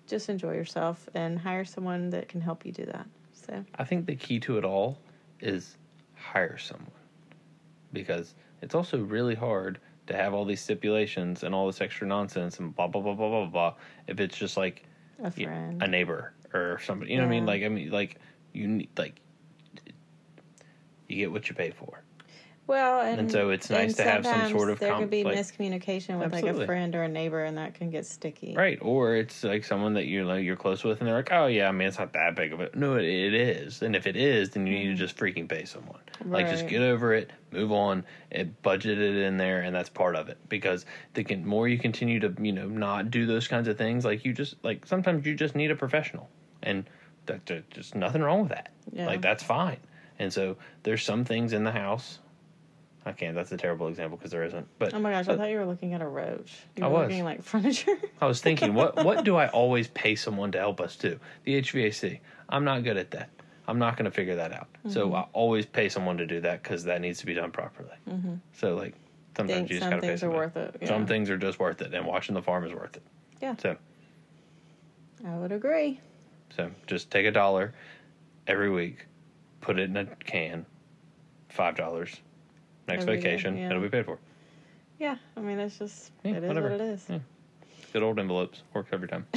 Speaker 1: just enjoy yourself and hire someone that can help you do that. So
Speaker 2: I think the key to it all is hire someone because it's also really hard to have all these stipulations and all this extra nonsense and blah blah blah blah blah blah. If it's just like
Speaker 1: a
Speaker 2: y-
Speaker 1: friend.
Speaker 2: a neighbor or somebody, you know what I mean?
Speaker 1: Yeah.
Speaker 2: Like I mean, like you need like you get what you pay for.
Speaker 1: Well, and,
Speaker 2: And so it's
Speaker 1: and
Speaker 2: nice to have some
Speaker 1: sometimes
Speaker 2: sort of
Speaker 1: there
Speaker 2: com-
Speaker 1: could be
Speaker 2: like-
Speaker 1: miscommunication with like
Speaker 2: Absolutely.
Speaker 1: a friend or a neighbor, and that can get sticky.
Speaker 2: Right, or it's like someone that you like you're close with, and they're like, "Oh yeah, I mean, it's not that big of a no, it, it is." And if it is, then you need to just freaking pay someone. Like, just
Speaker 1: Mm-hmm. Right.
Speaker 2: get over it, move on, and budget it in there, and that's part of it. Because the can, more you continue to you know not do those kinds of things, like you just like sometimes you just need a professional, and that, there's just nothing wrong with that.
Speaker 1: Yeah.
Speaker 2: Like that's fine. And so there's some things in the house. I can't. That's a terrible example because there isn't. But
Speaker 1: Oh my gosh, I thought you were looking at a roach. You
Speaker 2: I
Speaker 1: were
Speaker 2: was.
Speaker 1: looking like furniture.
Speaker 2: I was thinking, what what do I always pay someone to help us do? The HVAC. I'm not good at that. I'm not going to figure that out.
Speaker 1: Mm-hmm.
Speaker 2: So I always pay someone to do that because that needs to be done properly. So like sometimes
Speaker 1: Mm-hmm. Think
Speaker 2: you just
Speaker 1: some
Speaker 2: got to pay
Speaker 1: things are
Speaker 2: someone.
Speaker 1: worth it. Yeah.
Speaker 2: Some things are just worth it, and watching the farm is worth it.
Speaker 1: Yeah.
Speaker 2: So
Speaker 1: I would agree.
Speaker 2: so just take a dollar every week, put it in a can, five dollars. Next
Speaker 1: Every day,
Speaker 2: vacation,
Speaker 1: yeah.
Speaker 2: it'll be paid for.
Speaker 1: Yeah, I mean it's just
Speaker 2: Yeah,
Speaker 1: it is
Speaker 2: whatever.
Speaker 1: what it is.
Speaker 2: Yeah. Good old envelopes work every time.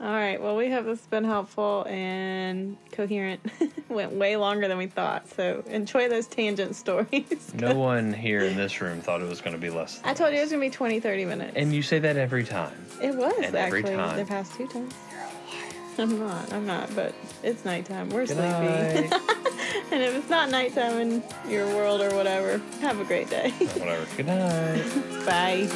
Speaker 1: All right. Well, we hope this has been helpful and coherent. Went way longer than we thought. So enjoy those tangent stories.
Speaker 2: no one here in this room thought it was going to be less. Than
Speaker 1: I told you it was gonna be 20, 30 minutes.
Speaker 2: And you say that every time.
Speaker 1: it was
Speaker 2: and every
Speaker 1: actually
Speaker 2: time.
Speaker 1: the past two times. I'm not. I'm not. But it's nighttime. We're
Speaker 2: Good
Speaker 1: sleepy.
Speaker 2: night.
Speaker 1: and if it's not nighttime in your world or whatever, have a great day.
Speaker 2: Whatever. Good night.
Speaker 1: Bye.